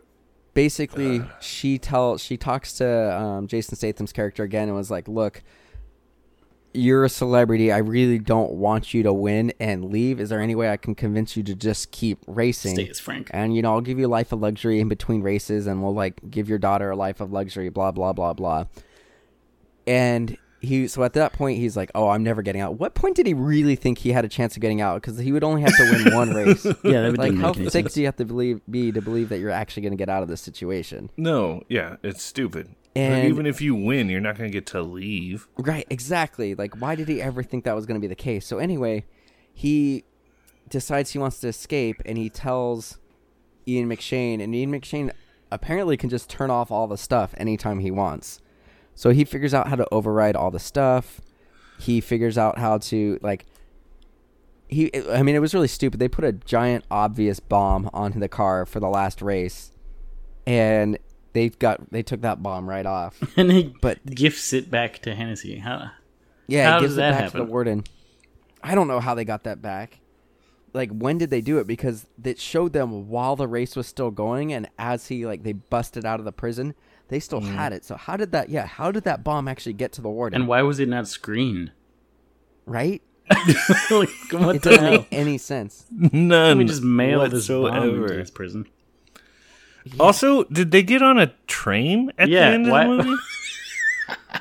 Speaker 2: basically she tells she talks to um, Jason Statham's character again and was like, "Look, you're a celebrity. I really don't want you to win and leave. Is there any way I can convince you to just keep racing?"
Speaker 4: Stay as Frank.
Speaker 2: and you know i'll give you a life of luxury in between races and we'll like give your daughter a life of luxury blah blah blah blah and he so at that point he's like oh i'm never getting out what point did he really think he had a chance of getting out because he would only have to win one race
Speaker 4: Yeah, that would
Speaker 2: like how thick do you have to believe be to believe that you're actually going to get out of this situation
Speaker 3: no, yeah, it's stupid.
Speaker 2: And-
Speaker 3: even if you win, you're not going to get to leave.
Speaker 2: Right, exactly. Like, why did he ever think that was going to be the case? So, anyway, he decides he wants to escape and he tells Ian McShane, and Ian McShane apparently can just turn off all the stuff anytime he wants. So, he figures out how to override all the stuff. He figures out how to, like, he, I mean, it was really stupid. They put a giant, obvious bomb onto the car for the last race, and they got, they took that bomb right off.
Speaker 4: And he
Speaker 2: But-
Speaker 4: gifts it back to Hennessy. Huh?
Speaker 2: Yeah,
Speaker 4: How
Speaker 2: it gives
Speaker 4: does
Speaker 2: it
Speaker 4: that
Speaker 2: back to
Speaker 4: happen?
Speaker 2: the warden. I don't know how they got that back. Like when did they do it? Because it showed them while the race was still going, and as he like they busted out of the prison, they still had it. So how did that? Yeah, how did that bomb actually get to the warden?
Speaker 4: Mm-hmm. And why was it not screened?
Speaker 2: right?
Speaker 4: like,
Speaker 2: It
Speaker 4: what the
Speaker 2: doesn't
Speaker 4: hell?
Speaker 2: make any sense.
Speaker 3: None.
Speaker 4: Let me just mail this bomb
Speaker 3: whatsoever.
Speaker 4: into this prison.
Speaker 3: Also, did they get on a train at
Speaker 4: Yeah,
Speaker 3: the end of
Speaker 4: why-
Speaker 3: the movie?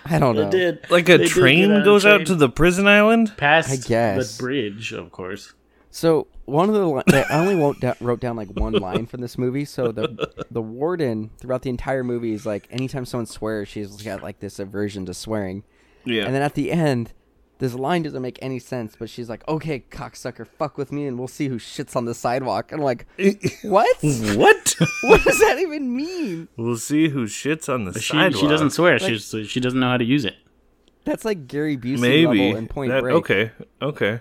Speaker 2: I don't know.
Speaker 3: Like a
Speaker 4: They did get on
Speaker 3: train
Speaker 4: a
Speaker 3: goes
Speaker 4: train.
Speaker 3: out to the prison island?
Speaker 4: past
Speaker 2: I guess.
Speaker 4: the bridge, of course.
Speaker 2: So one of the li- I only wrote down, wrote down like one line from this movie. So the the warden throughout the entire movie is like anytime someone swears, she's got like this aversion to swearing.
Speaker 3: Yeah.
Speaker 2: And then at the end, this line doesn't make any sense, but she's like, "Okay, cocksucker, fuck with me, and we'll see who shits on the sidewalk." And I'm like, "What?
Speaker 3: what?
Speaker 2: what does that even mean?"
Speaker 3: we'll see who shits on the
Speaker 4: She,
Speaker 3: sidewalk.
Speaker 4: she doesn't swear. She's, so she doesn't know how to use it.
Speaker 2: That's like Gary Busey
Speaker 3: Maybe.
Speaker 2: level in Point
Speaker 3: That-
Speaker 2: Break.
Speaker 3: Okay. Okay.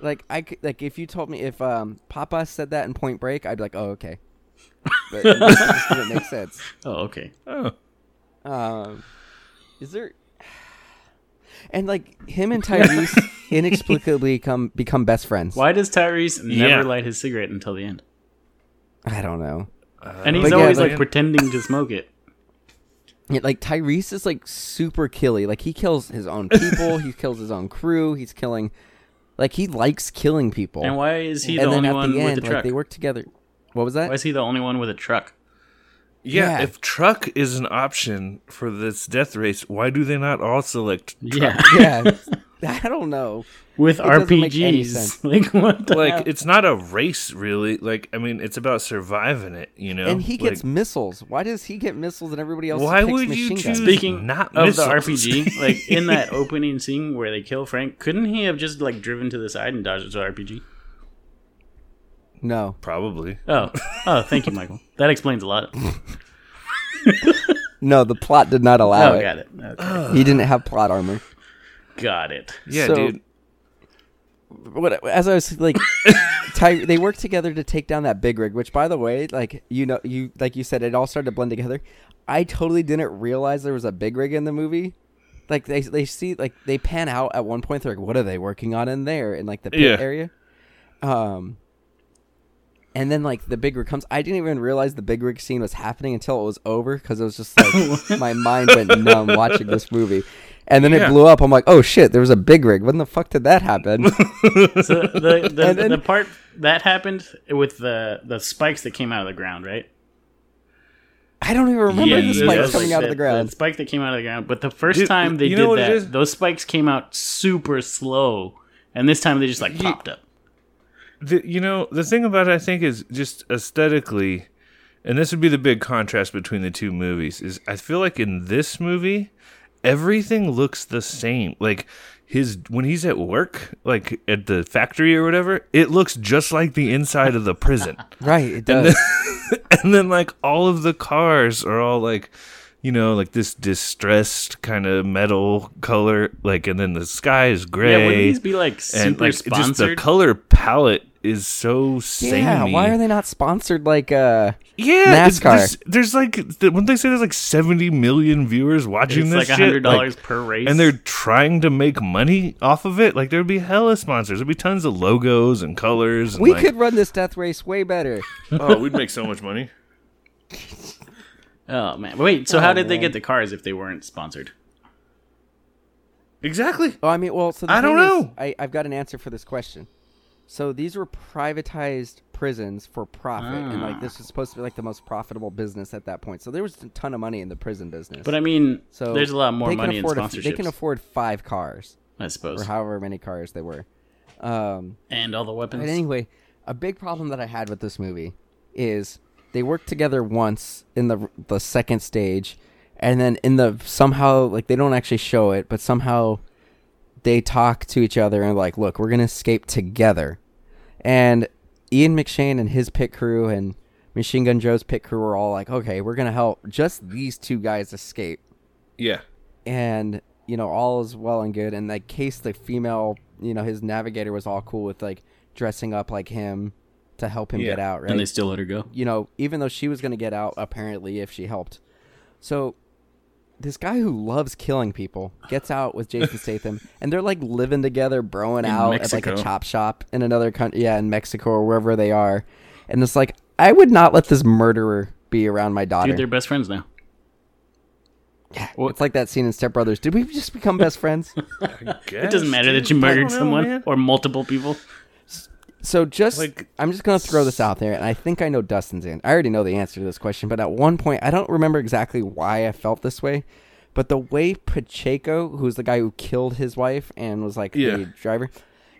Speaker 2: Like I could, like if you told me if um Papa said that in Point Break, I'd be like, "Oh, okay." But it just doesn't make sense.
Speaker 4: Oh, okay.
Speaker 3: Oh.
Speaker 2: Um, is there? And like him and Tyrese inexplicably come become best friends.
Speaker 4: Why does Tyrese never
Speaker 3: Yeah.
Speaker 4: light his cigarette until the end?
Speaker 2: I don't know.
Speaker 4: And he's
Speaker 2: Uh, But yeah,
Speaker 4: always like,
Speaker 2: like-
Speaker 4: pretending to smoke it.
Speaker 2: Yeah, like Tyrese is like super killy. Like he kills his own people. he kills his own crew. He's killing, like he likes killing people.
Speaker 4: And why is he
Speaker 2: And
Speaker 4: the
Speaker 2: then
Speaker 4: only
Speaker 2: at
Speaker 4: one
Speaker 2: the end,
Speaker 4: with a
Speaker 2: like
Speaker 4: truck?
Speaker 2: they work together. What was that?
Speaker 4: Why is he the only one with a truck?
Speaker 3: Yeah,
Speaker 2: Yeah.
Speaker 3: if truck is an option for this death race, why do they not all select
Speaker 4: Yeah,
Speaker 2: yeah, I don't know.
Speaker 4: with
Speaker 2: doesn't make any
Speaker 4: RPGs. Like what? The hell?
Speaker 3: like it's not a race really. Like I mean, it's about surviving it, you
Speaker 4: Oh,
Speaker 3: know.
Speaker 2: And he gets
Speaker 3: Like,
Speaker 2: missiles. Why does he get missiles and everybody else?
Speaker 3: Why
Speaker 2: picks
Speaker 3: would you
Speaker 2: machine guns?
Speaker 3: choose-
Speaker 4: Speaking
Speaker 3: Not
Speaker 4: of
Speaker 3: missiles.
Speaker 4: the RPG, like in that opening scene where they kill Frank, couldn't he have just like driven to the side and dodged the RPG?
Speaker 2: No,
Speaker 3: probably.
Speaker 4: Oh, oh, thank you, Michael. That explains a lot. Oh,
Speaker 2: no, the plot did not allow it.
Speaker 4: got it. Okay.
Speaker 2: He didn't have plot armor.
Speaker 4: Got it.
Speaker 3: Yeah,
Speaker 2: So-
Speaker 3: dude.
Speaker 2: what as I was like, Ty, they work together to take down that big rig. Which, by the way, like you know, you like you said, it all started to blend together. I totally didn't realize there was a big rig in the movie like they they see like they pan out at one point. They're like, "What are they working on in there?" In like the pit
Speaker 3: Yeah.
Speaker 2: area. Um. And then like the big rig comes. I didn't even realize the big rig scene was happening until it was over because it was just like my mind went numb watching this movie. And then
Speaker 3: Yeah.
Speaker 2: it blew up. I'm like, oh shit, there was a big rig. When the fuck did that happen?
Speaker 4: So the the,
Speaker 2: And then-
Speaker 4: the part that happened with the the spikes that came out of the ground, right?
Speaker 2: I don't even remember the
Speaker 3: Yeah,
Speaker 2: spikes
Speaker 3: that's
Speaker 2: coming
Speaker 3: like
Speaker 2: out of the ground.
Speaker 4: The spike that came out of the ground. But the first
Speaker 3: Dude,
Speaker 4: time they
Speaker 3: you
Speaker 4: did
Speaker 3: know what it is?
Speaker 4: that, those spikes came out super slow, and this time they just like popped up.
Speaker 3: the, you know the thing about it i think is just aesthetically and this would be the big contrast between the two movies is i feel like in this movie everything looks the same like his when he's at work like at the factory or whatever it looks just like the inside of the prison
Speaker 2: Right, it does.
Speaker 3: and then like all of the cars are all like you know like this distressed kind of metal color like and then the sky is gray
Speaker 4: Yeah, would these be like
Speaker 3: and
Speaker 4: super
Speaker 3: like just the
Speaker 4: sponsored?
Speaker 3: color palette is so samey.
Speaker 2: yeah, why are they not sponsored like uh
Speaker 3: Yeah, it's-
Speaker 2: NASCAR?
Speaker 3: There's, there's like th- wouldn't they say there's like 70 million viewers watching
Speaker 4: it's
Speaker 3: this
Speaker 4: like
Speaker 3: shit?
Speaker 4: hundred dollars per race,
Speaker 3: and they're trying to make money off of it. Like there'd be hella sponsors. There'd be tons of logos and colors. And
Speaker 2: We
Speaker 3: like,
Speaker 2: could run this death race way better.
Speaker 3: oh, we'd make so much money.
Speaker 4: oh man. Wait, so how did they
Speaker 2: man.
Speaker 4: get the cars if they weren't sponsored?
Speaker 3: Exactly.
Speaker 2: Oh, I mean, well, so the
Speaker 3: I
Speaker 2: thing
Speaker 3: don't
Speaker 2: is,
Speaker 3: know.
Speaker 2: I, I've got an answer for this question. So these were privatized prisons for profit, and like
Speaker 4: Ah.
Speaker 2: this was supposed to be like the most profitable business at that point. So there was a ton of money in the prison business.
Speaker 4: But I mean,
Speaker 2: so
Speaker 4: there's a lot more
Speaker 2: they can
Speaker 4: money in
Speaker 2: afford a f-
Speaker 4: sponsorships.
Speaker 2: they can afford five cars
Speaker 4: I suppose,
Speaker 2: or however many cars they were. Um,
Speaker 4: and all the weapons.
Speaker 2: But anyway, a big problem that I had with this movie is they work together once in the the second stage, and then in the somehow like they don't actually show it, but somehow they talk to each other and like, look, we're gonna escape together. And Ian McShane and his pit crew and Machine Gun Joe's pit crew were all like, okay, we're gonna help just these two guys escape
Speaker 3: Yeah.
Speaker 2: and you know all is well and good and like case the female you know his navigator was all cool with like dressing up like him to help him
Speaker 3: Yeah.
Speaker 2: get out right
Speaker 4: and they still let her go.
Speaker 2: you know even though she was going to get out apparently if she helped so this guy who loves killing people gets out with Jason Statham, and they're like living together, broing out at like
Speaker 3: Mexico.
Speaker 2: a chop shop in another country, yeah, in Mexico or wherever they are. And it's like, I would not let this murderer be around my daughter.
Speaker 4: Dude, they're best friends now.
Speaker 2: it's like that scene in Step Brothers. Did we just become best friends?
Speaker 4: It doesn't matter that you murdered someone or multiple people.
Speaker 2: So just
Speaker 3: Like-
Speaker 2: I'm just gonna throw this out there, and I think I know Dustin's in. I already know the answer to this question, but at one point I don't remember exactly why I felt this way, but the way Pacheco, who's the guy who killed his wife and was like
Speaker 3: Yeah.
Speaker 2: the driver,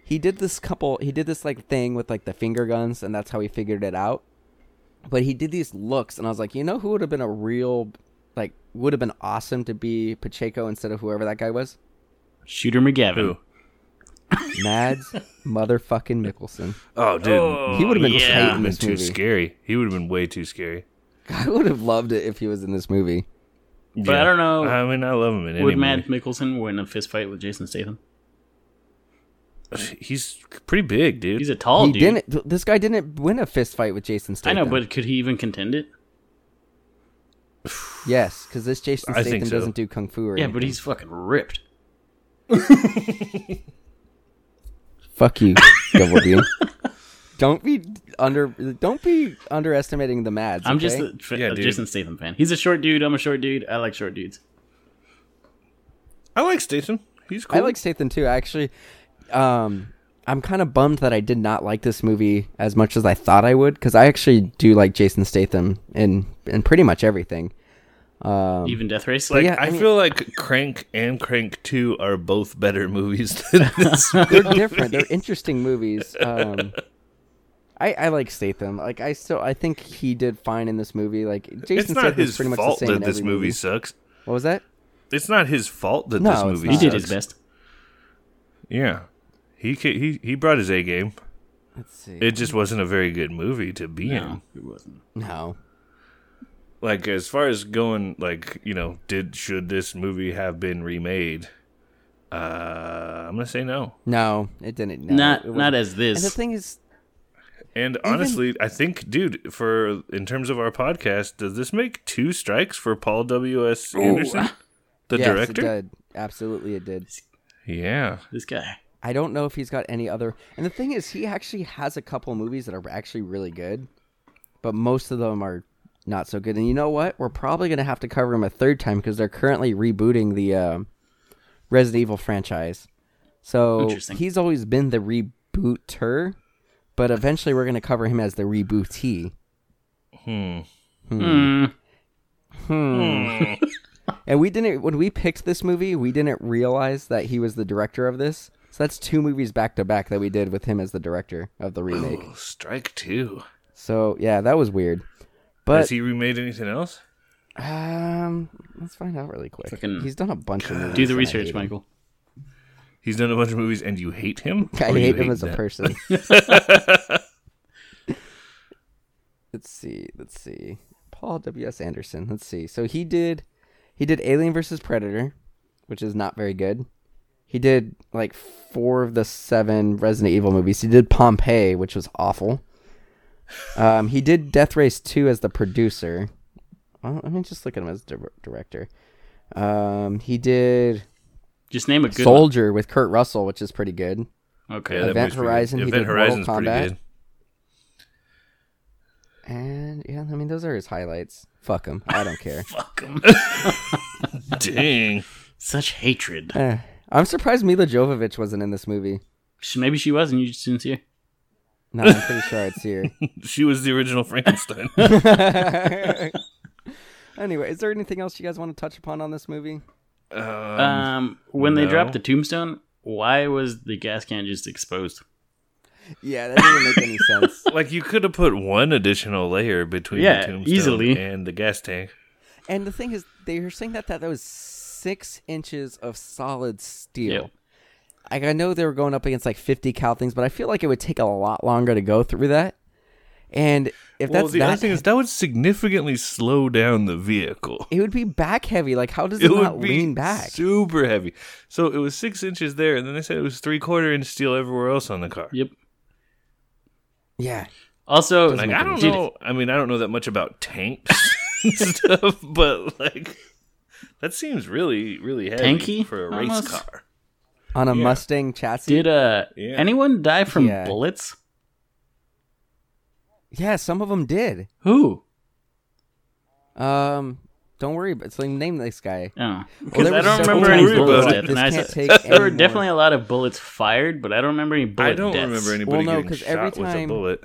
Speaker 2: he did this couple. He did this like thing with like the finger guns, and that's how he figured it out. But he did these looks, and I was like, you know, who would have been a real like would have been awesome to be Pacheco instead of whoever that guy was,
Speaker 4: Shooter McGavin.
Speaker 3: Who?
Speaker 2: Mads motherfucking Mickelson.
Speaker 3: Oh, dude.
Speaker 4: Oh,
Speaker 2: He would've been
Speaker 3: He
Speaker 2: tight
Speaker 3: would've
Speaker 2: in
Speaker 3: been
Speaker 2: this
Speaker 3: too
Speaker 2: movie.
Speaker 3: scary. He would have been way too scary.
Speaker 2: I would have loved it if he was in this movie.
Speaker 4: But I don't know.
Speaker 3: I mean, I love him in any movie.
Speaker 4: Would Matt Mickelson win a fist fight with Jason Statham?
Speaker 3: He's pretty big, dude.
Speaker 4: He's a tall
Speaker 2: he
Speaker 4: Oh, dude.
Speaker 2: didn't. th- This guy didn't win a fist fight with Jason
Speaker 4: I
Speaker 2: Statham.
Speaker 4: know, but could he even contend it?
Speaker 2: yes, because this Jason
Speaker 3: I
Speaker 2: Statham
Speaker 3: think so.
Speaker 2: doesn't do kung fu or
Speaker 4: Yeah,
Speaker 2: anything.
Speaker 4: but he's fucking ripped.
Speaker 2: fuck you, Double D. Don't be under. Don't be underestimating the Mads.
Speaker 4: I'm just uh,
Speaker 2: okay?
Speaker 4: a, f-
Speaker 3: Yeah,
Speaker 4: a
Speaker 3: dude.
Speaker 4: Jason Statham fan. He's a short dude. I'm a short dude. I like short dudes.
Speaker 3: I like Statham. He's cool.
Speaker 2: I like Statham too. Actually, um, I'm kind of bummed that I did not like this movie as much as I thought I would because I actually do like Jason Statham in in pretty much everything. Um,
Speaker 4: Even Death Race.
Speaker 3: Like,
Speaker 2: yeah,
Speaker 3: I,
Speaker 2: I mean-
Speaker 3: feel like Crank and Crank Two are both better movies than this.
Speaker 2: they're different. They're interesting movies. Um, I, I like Statham. Like I still, I think he did fine in this movie. Like Jason
Speaker 3: it's not
Speaker 2: Statham's
Speaker 3: his
Speaker 2: pretty much
Speaker 3: fault
Speaker 2: the same
Speaker 3: that
Speaker 2: in
Speaker 3: this
Speaker 2: every
Speaker 3: movie, sucks.
Speaker 2: What was that?
Speaker 3: It's not his fault that
Speaker 2: No,
Speaker 3: this
Speaker 2: it's
Speaker 3: movie.
Speaker 2: not.
Speaker 4: he
Speaker 3: Sucks.
Speaker 4: did his best.
Speaker 3: Yeah, he ca- he he brought his A game.
Speaker 2: Let's see.
Speaker 3: It just wasn't a very good movie to be in.
Speaker 4: No, he wasn't.
Speaker 2: no,
Speaker 3: Like as far as going, like you know, did should this movie have been remade? Uh, I'm gonna say no.
Speaker 2: no, it didn't. No,
Speaker 4: not
Speaker 2: it wasn't.
Speaker 4: not as
Speaker 2: And the
Speaker 4: this.
Speaker 2: thing is,
Speaker 3: And honestly, I think, dude, for in terms of our podcast, does this make two strikes for Paul W. S. Anderson, the
Speaker 2: yes,
Speaker 3: director?
Speaker 2: it did. Absolutely, it did.
Speaker 3: Yeah.
Speaker 4: This guy.
Speaker 2: I don't know if he's got any other. And the thing is, he actually has a couple movies that are actually really good, but most of them are not so good. And you know what? We're probably going to have to cover him a third time because they're currently rebooting the um Resident Evil franchise. So
Speaker 4: Interesting.
Speaker 2: he's always been the rebooter, but eventually we're going to cover him as the rebootee.
Speaker 3: Hmm.
Speaker 4: Hmm.
Speaker 2: And we didn't when we picked this movie, we didn't realize that he was the director of this. So that's two movies back to back that we did with him as the director of the remake.
Speaker 3: Ooh, Oh, strike two.
Speaker 2: So yeah, that was weird. But
Speaker 3: Has he remade anything else?
Speaker 2: um, let's find out really quick.
Speaker 4: Fucking-
Speaker 2: He's done a bunch of movies.
Speaker 4: Do the
Speaker 2: and I
Speaker 4: research,
Speaker 2: hate him.
Speaker 4: Michael.
Speaker 3: He's done a bunch of movies, and you hate him.
Speaker 2: I
Speaker 3: Or you
Speaker 2: hate him as a
Speaker 3: them?
Speaker 2: person. let's see. Let's see. Paul W. S. Anderson. Let's see. So he did. He did Alien versus Predator, which is not very good. He did like four of the seven Resident Evil movies. He did Pompeii, which was awful. Um, he did Death Race two as the producer. Well, I mean, just look at him as di- director. Um, he did
Speaker 4: Just name a good
Speaker 2: Soldier with Kurt Russell, which is pretty good.
Speaker 4: one. Okay.
Speaker 3: Yeah, that
Speaker 2: Event
Speaker 3: movie's pretty good.
Speaker 2: Horizon, he
Speaker 3: Event
Speaker 2: did Mortal
Speaker 3: Horizon's pretty
Speaker 2: Kombat.
Speaker 3: good.
Speaker 2: And yeah, I mean those are his highlights. Fuck him. I don't care.
Speaker 4: Fuck 'em.
Speaker 3: Dang.
Speaker 4: Such hatred.
Speaker 2: Eh, I'm surprised Mila Jovovich wasn't in this movie.
Speaker 4: Sh- Maybe she was, and you just didn't see her.
Speaker 2: No, I'm pretty sure it's here.
Speaker 3: She was the original Frankenstein.
Speaker 2: anyway, is there anything else you guys want to touch upon on this movie?
Speaker 3: um,
Speaker 4: Um, when they
Speaker 3: no.
Speaker 4: dropped the tombstone, why was the gas can just exposed?
Speaker 2: Yeah, that doesn't make any sense.
Speaker 3: like you could have put one additional layer between
Speaker 4: Yeah,
Speaker 3: the tombstone
Speaker 4: easily.
Speaker 3: and the gas tank.
Speaker 2: And the thing is, they were saying that that, that was six inches of solid steel.
Speaker 4: Yep.
Speaker 2: Like I know they were going up against like 50 cal things, but I feel like it would take a lot longer to go through that. And if
Speaker 3: well,
Speaker 2: that's
Speaker 3: the other
Speaker 2: that,
Speaker 3: thing is that would significantly slow down the vehicle.
Speaker 2: it would be back heavy. Like, how does it,
Speaker 3: It
Speaker 2: not
Speaker 3: would be
Speaker 2: lean back?
Speaker 3: super heavy. So it was six inches there, and then they said it was three quarter inch steel everywhere else on the car.
Speaker 4: Yep.
Speaker 2: yeah,
Speaker 4: Also,
Speaker 3: Like I don't
Speaker 4: Dude,
Speaker 3: know. I mean, I don't know that much about tanks and stuff, but like that seems really, really heavy
Speaker 4: Tanky,
Speaker 3: for a race
Speaker 4: almost?
Speaker 3: car.
Speaker 2: on a
Speaker 3: Yeah.
Speaker 2: Mustang chassis.
Speaker 4: Did uh
Speaker 3: Yeah.
Speaker 4: anyone die from
Speaker 2: Yeah.
Speaker 4: bullets?
Speaker 2: yeah, some of them did.
Speaker 4: Who?
Speaker 2: Um, don't worry, but it's like name this guy.
Speaker 4: Oh,
Speaker 2: Well,
Speaker 4: because
Speaker 2: there
Speaker 4: I
Speaker 2: was
Speaker 4: don't
Speaker 2: several
Speaker 4: remember any
Speaker 2: times
Speaker 3: Don't worry
Speaker 2: where it was
Speaker 4: bullets
Speaker 2: like,
Speaker 3: about it.
Speaker 4: death.
Speaker 2: This
Speaker 4: And I
Speaker 2: can't
Speaker 4: said-
Speaker 2: take
Speaker 4: there were
Speaker 2: anymore.
Speaker 4: definitely a lot of bullets fired, but I don't remember any bullet
Speaker 3: I don't
Speaker 4: deaths.
Speaker 3: remember anybody
Speaker 2: Well, no,
Speaker 3: getting
Speaker 2: 'cause
Speaker 3: shot
Speaker 2: every
Speaker 3: with a
Speaker 2: time-
Speaker 3: bullet.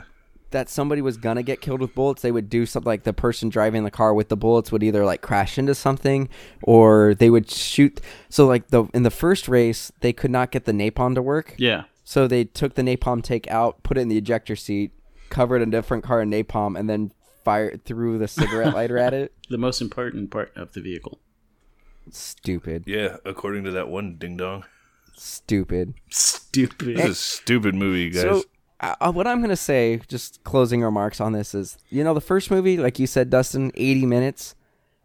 Speaker 2: that somebody was gonna get killed with bullets, they would do something like the person driving the car with the bullets would either like crash into something or they would shoot. So like the in the first race, they could not get the napalm to work,
Speaker 4: Yeah.
Speaker 2: so they took the napalm take out, put it in the ejector seat, covered a different car in napalm, and then fired threw the cigarette lighter at it.
Speaker 4: The most important part of the vehicle.
Speaker 2: Stupid,
Speaker 3: Yeah, according to that one ding dong.
Speaker 2: stupid.
Speaker 4: Stupid.
Speaker 3: This is a stupid movie, you guys.
Speaker 2: Eh. So, uh, uh, what I'm going to say, just closing remarks on this is, you know, the first movie, like you said, Dustin, 80 minutes.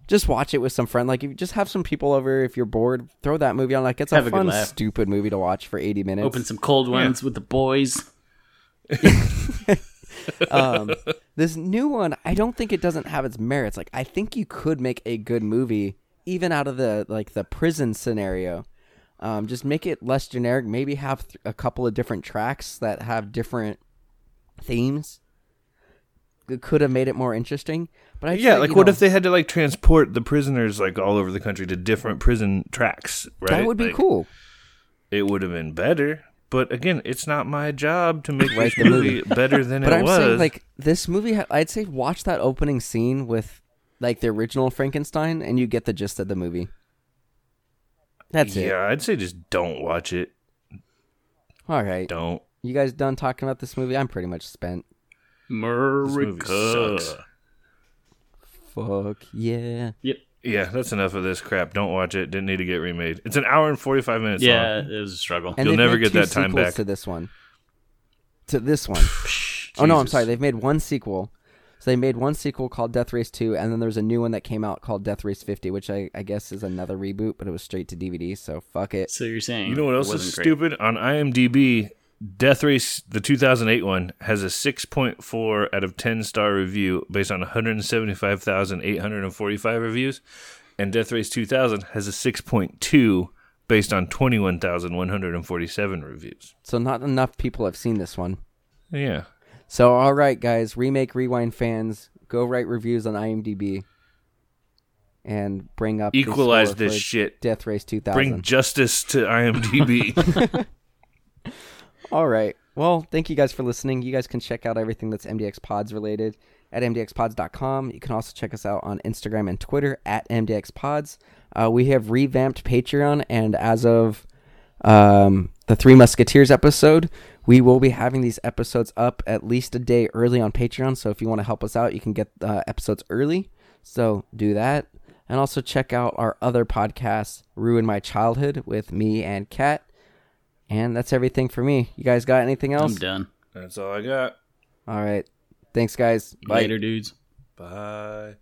Speaker 2: Just watch it with some friend. Like, if you just have some people over, if you're bored, throw that movie on. Like, it's a,
Speaker 4: Have a good
Speaker 2: fun,
Speaker 4: laugh.
Speaker 2: stupid movie to watch for 80 minutes.
Speaker 4: Open some cold ones with the boys.
Speaker 2: um, this new one, I don't think it doesn't have its merits. Like I think you could make a good movie even out of the like the prison scenario. Um, just make it less generic. Maybe have th- a couple of different tracks that have different themes. It could have made it more interesting. But I feel
Speaker 3: yeah, like
Speaker 2: you
Speaker 3: what
Speaker 2: know,
Speaker 3: if they had to like transport the prisoners like all over the country to different prison tracks? Right,
Speaker 2: that would be
Speaker 3: Like,
Speaker 2: cool.
Speaker 3: It would have been better, but again, it's not my job to make
Speaker 2: Write
Speaker 3: this
Speaker 2: the
Speaker 3: movie, better than
Speaker 2: But
Speaker 3: it
Speaker 2: I'm
Speaker 3: was.
Speaker 2: saying like this movie. ha- I'd say watch that opening scene with like the original Frankenstein, and you get the gist of the movie. That's it.
Speaker 3: yeah, I'd say just don't watch it.
Speaker 2: All right.
Speaker 3: Don't.
Speaker 2: You guys done talking about this movie? I'm pretty much spent.
Speaker 3: This movie
Speaker 4: America.
Speaker 3: sucks.
Speaker 2: Fuck yeah.
Speaker 4: Yep.
Speaker 3: Yeah, that's enough of this crap. Don't watch it. Didn't need to get remade. It's an hour and forty five minutes
Speaker 4: yeah,
Speaker 3: long.
Speaker 4: it was a struggle.
Speaker 2: And
Speaker 3: You'll
Speaker 2: they've
Speaker 3: never
Speaker 2: made
Speaker 3: get
Speaker 2: two
Speaker 3: that time
Speaker 2: sequels
Speaker 3: back.
Speaker 2: To this one. To this one. oh no, I'm
Speaker 3: Jesus.
Speaker 2: sorry. They've made one sequel. So they made one sequel called Death Race 2, and then there's a new one that came out called Death Race 50, which I, I guess is another reboot, but it was straight to DVD, so fuck it.
Speaker 4: So you're saying
Speaker 3: You know what
Speaker 4: it
Speaker 3: else is
Speaker 4: wasn't great.
Speaker 3: stupid? On IMDb, Death Race, the 2008 one, has a 6.4 out of 10 star review based on 175,845 reviews, and Death Race 2000 has a 6.2 based on 21,147 reviews.
Speaker 2: So not enough people have seen this one.
Speaker 3: Yeah.
Speaker 2: So all right, guys, remake rewind fans, go write reviews on IMDb, and bring up the
Speaker 3: Equalize
Speaker 2: score
Speaker 3: this
Speaker 2: for
Speaker 3: shit.
Speaker 2: Death Race 2000.
Speaker 3: Bring justice to IMDb.
Speaker 2: All right. Well, thank you guys for listening. You guys can check out everything that's MDX Pods related at MDXPods.com. You can also check us out on Instagram and Twitter at MDX Pods. Uh, we have revamped Patreon, and as of um, the Three Musketeers episode, we will be having these episodes up at least a day early on Patreon. So if you want to help us out, you can get uh, episodes early. So do that. And also check out our other podcast, Ruin My Childhood, with me and Kat. And that's everything for me. You guys got anything
Speaker 4: I'm
Speaker 2: else?
Speaker 4: done.
Speaker 3: That's all I got.
Speaker 2: All right. Thanks, guys. Bye.
Speaker 4: Later, dudes.
Speaker 3: Bye.